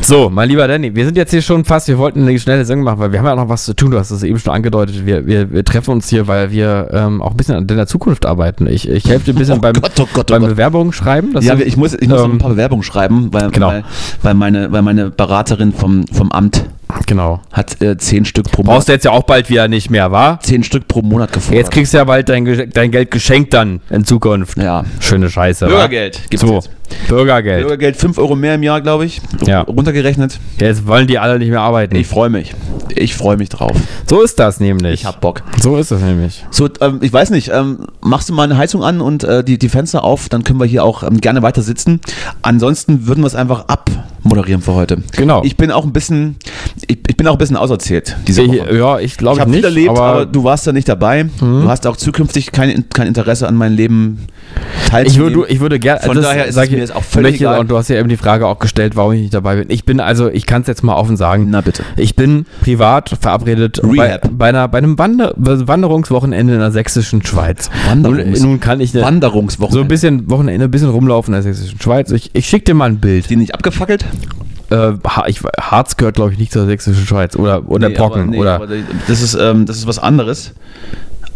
Speaker 3: So, mein lieber Danny, wir sind jetzt hier schon fast, wir wollten eine schnelle Sendung machen, weil wir haben ja noch was zu tun, du hast es eben schon angedeutet. Wir, wir, wir treffen uns hier, weil wir ähm, auch ein bisschen an deiner Zukunft arbeiten. Ich, ich helfe dir ein bisschen
Speaker 4: Oh
Speaker 3: beim,
Speaker 4: Gott, oh Gott, oh
Speaker 3: beim
Speaker 4: Gott.
Speaker 3: Bewerbung schreiben. Das
Speaker 4: Ja,
Speaker 3: ist-
Speaker 4: wir- ich muss, ich muss noch
Speaker 3: ähm,
Speaker 4: ein paar Bewerbungen schreiben, weil,
Speaker 3: genau.
Speaker 4: weil, weil, meine, weil meine Beraterin vom, vom Amt
Speaker 3: Genau.
Speaker 4: hat äh, zehn, Stück pro Monat,
Speaker 3: Brauchst du jetzt ja auch bald wieder nicht mehr, wa?
Speaker 4: zehn Stück pro Monat gefordert.
Speaker 3: Jetzt kriegst du ja bald dein, Ge- dein Geld geschenkt dann in Zukunft.
Speaker 4: Ja.
Speaker 3: Schöne Scheiße. wa?
Speaker 4: Bürgergeld gibt's
Speaker 3: So,
Speaker 4: jetzt.
Speaker 3: Bürgergeld.
Speaker 4: Bürgergeld 5 Euro mehr im Jahr, glaube ich.
Speaker 3: Ja. Hm.
Speaker 4: Runtergerechnet.
Speaker 3: Jetzt wollen die alle nicht mehr arbeiten.
Speaker 4: Ich freue mich. Ich freue mich drauf.
Speaker 3: so ist das nämlich.
Speaker 4: Ich hab Bock.
Speaker 3: so ist das nämlich.
Speaker 4: So, ähm, ich weiß nicht, ähm, machst du mal eine Heizung an und äh, die, die Fenster auf, dann können wir hier auch ähm, gerne weiter sitzen. Ansonsten würden wir es einfach abmoderieren für heute.
Speaker 3: Genau.
Speaker 4: Ich bin auch ein bisschen, ich, ich bin auch ein bisschen auserzählt diese
Speaker 3: Ich,
Speaker 4: Woche.
Speaker 3: ja, ich glaube
Speaker 4: Ich
Speaker 3: ich
Speaker 4: habe
Speaker 3: nicht.
Speaker 4: viel erlebt, aber,
Speaker 3: aber Mhm.
Speaker 4: du warst da nicht dabei. Du hast auch zukünftig kein, kein Interesse an meinem Leben teilzunehmen.
Speaker 3: ich würde, ich würde gerne.
Speaker 4: Von daher ist es mir jetzt auch völlig egal.
Speaker 3: Und du hast ja eben die Frage auch gestellt, warum ich nicht dabei bin. Ich bin also, ich kann es jetzt mal offen sagen.
Speaker 4: Na bitte.
Speaker 3: Ich bin privat verabredet bei,
Speaker 4: Rehab.
Speaker 3: bei, einer, bei einem Wander Wanderungswochenende in der sächsischen Schweiz.
Speaker 4: Wanderungs-
Speaker 3: Nun, nun kann ich ne,
Speaker 4: Wanderungswoche.
Speaker 3: so ein bisschen Wochenende, ein bisschen rumlaufen in der sächsischen Schweiz. Ich, ich schicke dir mal ein Bild.
Speaker 4: die nicht abgefackelt?
Speaker 3: Äh, Ha- ich, Harz gehört, glaube ich, nicht zur sächsischen Schweiz oder, oder
Speaker 4: Nee,
Speaker 3: Brocken.
Speaker 4: aber, nee,
Speaker 3: oder
Speaker 4: Aber die- das, ist, ähm, das ist was anderes.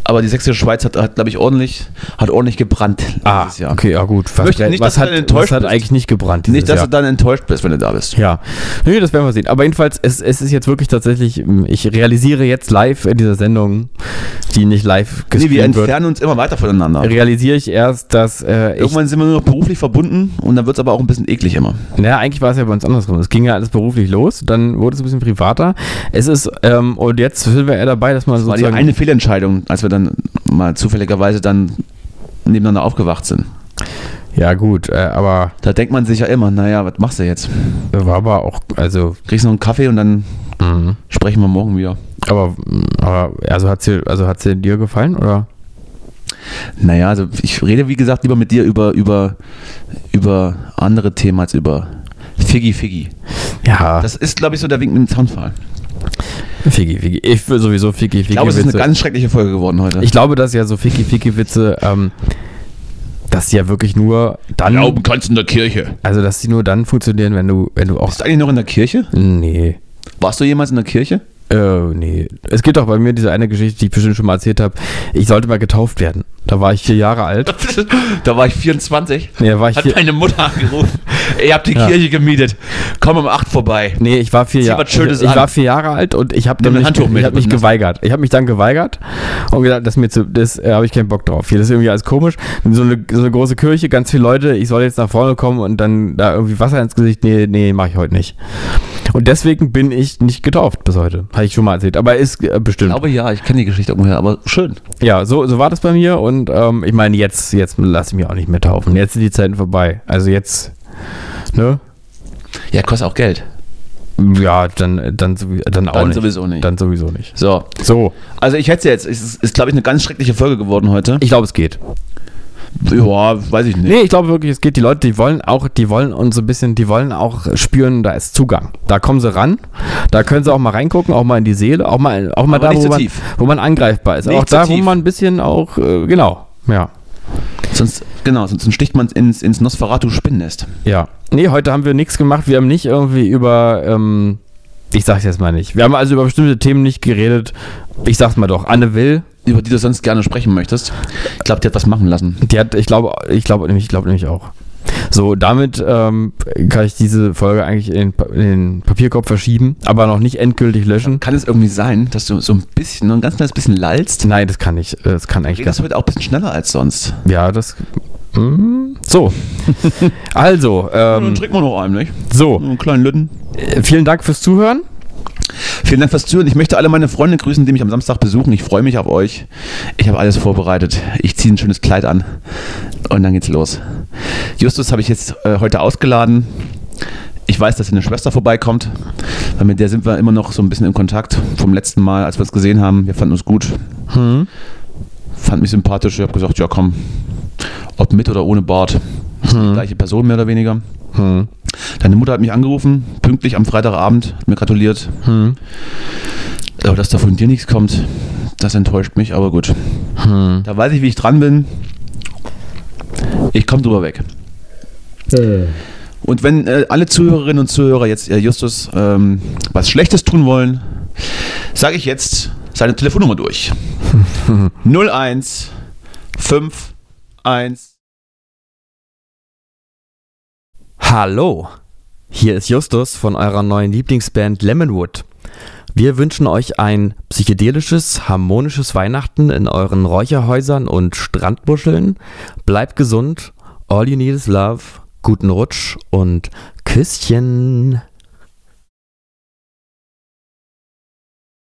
Speaker 4: Aber die Sächsische Schweiz hat, hat glaube ich, ordentlich, hat ordentlich gebrannt
Speaker 3: Ah,
Speaker 4: dieses Jahr.
Speaker 3: okay, ja gut. Fast
Speaker 4: Möchte
Speaker 3: gleich.
Speaker 4: nicht,
Speaker 3: was
Speaker 4: dass du
Speaker 3: hat,
Speaker 4: dann enttäuscht
Speaker 3: was hat
Speaker 4: bist.
Speaker 3: eigentlich nicht gebrannt dieses
Speaker 4: Nicht, dass
Speaker 3: Jahr?
Speaker 4: du dann enttäuscht bist, wenn du da bist.
Speaker 3: ja, nee, das werden wir sehen. Aber jedenfalls, es, es ist jetzt wirklich tatsächlich, ähm, ich realisiere jetzt live in dieser Sendung, die nicht live
Speaker 4: Nee, wir
Speaker 3: gespielt wird,
Speaker 4: entfernen uns immer weiter voneinander.
Speaker 3: realisiere ich erst, dass äh, ich,
Speaker 4: Irgendwann sind wir nur noch beruflich verbunden und dann wird es aber auch ein bisschen eklig immer.
Speaker 3: naja, eigentlich war es ja bei uns andersrum. Es ging ja alles beruflich los, dann wurde es ein bisschen privater. Es ist, ähm, und jetzt sind wir eher dabei, dass man
Speaker 4: War die
Speaker 3: sozusagen...
Speaker 4: eine Fehlentscheidung, als wir dann mal zufälligerweise dann nebeneinander aufgewacht sind.
Speaker 3: ja gut, äh, aber
Speaker 4: Da denkt man sich ja immer, naja, was machst du jetzt?
Speaker 3: war aber auch, also...
Speaker 4: Kriegst noch einen Kaffee und dann
Speaker 3: mhm.
Speaker 4: sprechen wir morgen wieder.
Speaker 3: Aber, aber also hat sie, also hat's dir- dir gefallen, oder?
Speaker 4: Naja, also ich rede wie gesagt lieber mit dir über, über, über andere Themen als über Figgy Figgy.
Speaker 3: Ja.
Speaker 4: Das ist, glaube ich, so der Wink mit dem Zaunfall.
Speaker 3: Fiki, Fiki. Ich will sowieso Fiki, Fiki.
Speaker 4: Ich glaube, es ist eine
Speaker 3: Witze.
Speaker 4: ganz schreckliche Folge geworden heute.
Speaker 3: ich glaube, dass ja so Fiki, Fiki Witze, ähm, dass die ja wirklich nur dann,
Speaker 4: kannst in der Kirche.
Speaker 3: also dass die nur dann funktionieren, wenn du, wenn du auch,
Speaker 4: Bist du eigentlich noch in der Kirche?
Speaker 3: nee,
Speaker 4: Warst du jemals in der Kirche?
Speaker 3: äh, nee. Es gibt auch bei mir diese eine Geschichte, die ich bestimmt schon mal erzählt habe. Ich sollte mal getauft werden. Da war ich vier Jahre alt.
Speaker 4: da war ich 24.
Speaker 3: Nee, da war ich vier,
Speaker 4: meine Mutter angerufen. Ihr habt die
Speaker 3: Ja.
Speaker 4: Kirche gemietet. Komm um 8 vorbei.
Speaker 3: Nee, ich war vier
Speaker 4: Zieh
Speaker 3: Jahre
Speaker 4: was Schönes
Speaker 3: ich, ich
Speaker 4: an.
Speaker 3: war vier Jahre alt und ich habe
Speaker 4: Nimm ein
Speaker 3: mich,
Speaker 4: Handtuch mit.
Speaker 3: ich hab mich geweigert. Ich habe mich dann geweigert und gedacht, das ist mir zu, das äh, habe ich keinen Bock drauf. Hier das ist irgendwie alles komisch. So eine, so eine große Kirche, ganz viele Leute. Ich soll jetzt nach vorne kommen und dann da irgendwie Wasser ins Gesicht. Nee, nee, mache ich heute nicht. Und deswegen bin ich nicht getauft bis heute. Habe ich schon mal erzählt. Aber ist äh,
Speaker 4: Ich
Speaker 3: bestimmt.
Speaker 4: glaube ja, ich kenne die Geschichte irgendwoher, aber schön.
Speaker 3: Ja, so, so war das bei mir. Und ähm, ich meine, jetzt, jetzt lasse ich mich auch nicht mehr taufen. Jetzt sind die Zeiten vorbei. Also jetzt, ne?
Speaker 4: Ja, kostet auch Geld.
Speaker 3: Ja, dann, dann, sowie- dann auch
Speaker 4: Dann
Speaker 3: nicht.
Speaker 4: sowieso nicht.
Speaker 3: Dann sowieso nicht.
Speaker 4: So,
Speaker 3: So,
Speaker 4: also ich hätte es jetzt, es ist, ist glaube ich eine ganz schreckliche Folge geworden heute.
Speaker 3: ich glaube, es geht.
Speaker 4: Ja, weiß ich nicht.
Speaker 3: Nee, ich glaube wirklich, es geht. Die Leute, die wollen auch, die wollen uns so ein bisschen, die wollen auch spüren, da ist Zugang. Da kommen sie ran, da können sie auch mal reingucken, auch mal in die Seele, auch mal, auch mal
Speaker 4: Aber
Speaker 3: da,
Speaker 4: nicht
Speaker 3: wo
Speaker 4: zu
Speaker 3: man,
Speaker 4: tief.
Speaker 3: wo man angreifbar ist.
Speaker 4: Nicht
Speaker 3: auch
Speaker 4: zu
Speaker 3: da, wo
Speaker 4: tief.
Speaker 3: man ein bisschen auch, äh, genau, ja.
Speaker 4: Sonst, genau, sonst sticht man ins, ins Nosferatu-Spinnennest.
Speaker 3: Ja. Nee, heute haben wir nichts gemacht. Wir haben nicht irgendwie über, ähm, ich sag's jetzt mal nicht. Wir haben also über bestimmte Themen nicht geredet. Ich sag's mal doch. Anne Will,
Speaker 4: Über die du sonst gerne sprechen möchtest. Ich glaube, die hat was machen lassen.
Speaker 3: die hat, ich glaube, ich glaube nämlich, ich glaube nämlich auch. So, damit ähm, kann ich diese Folge eigentlich in den, Pa- in den Papierkorb verschieben, aber noch nicht endgültig löschen.
Speaker 4: Kann es irgendwie sein, dass du so ein bisschen, nur ein ganz kleines bisschen lallst?
Speaker 3: Nein, das kann ich. Das kann eigentlich
Speaker 4: Redest
Speaker 3: gar
Speaker 4: du heute auch ein bisschen schneller als sonst?
Speaker 3: Ja, das. Mm, so. also, ähm,
Speaker 4: trinken wir noch einen, nicht?
Speaker 3: so.
Speaker 4: Einen kleinen Lütten.
Speaker 3: Äh, Vielen Dank fürs Zuhören.
Speaker 4: Vielen Dank fürs Zuhören. Ich möchte alle meine Freunde grüßen, die mich am Samstag besuchen. Ich freue mich auf euch. Ich habe alles vorbereitet. Ich ziehe ein schönes Kleid an und dann geht's los. Justus habe ich jetzt äh, heute ausgeladen. Ich weiß, dass seine Schwester vorbeikommt, weil mit der sind wir immer noch so ein bisschen im Kontakt vom letzten Mal, als wir uns gesehen haben. Wir fanden uns gut,
Speaker 3: Hm,
Speaker 4: fand mich sympathisch. Ich habe gesagt, ja komm, ob mit oder ohne Bart, ist die gleiche Person mehr oder weniger.
Speaker 3: Hm.
Speaker 4: Deine Mutter hat mich angerufen, pünktlich am Freitagabend, hat mir gratuliert.
Speaker 3: Hm.
Speaker 4: Aber dass da von dir nichts kommt, das enttäuscht mich, aber gut.
Speaker 3: Hm.
Speaker 4: Da weiß ich, wie ich dran bin. Ich komme drüber weg. Und wenn äh, alle Zuhörerinnen und Zuhörer jetzt äh, Justus ähm, was Schlechtes tun wollen, sage ich jetzt seine Telefonnummer durch. 01 51
Speaker 3: Hallo, hier ist Justus von eurer neuen Lieblingsband Lemonwood. Wir wünschen euch ein psychedelisches, harmonisches Weihnachten in euren Räucherhäusern und Strandbuscheln. Bleibt gesund, all you need is love, guten Rutsch und Küsschen.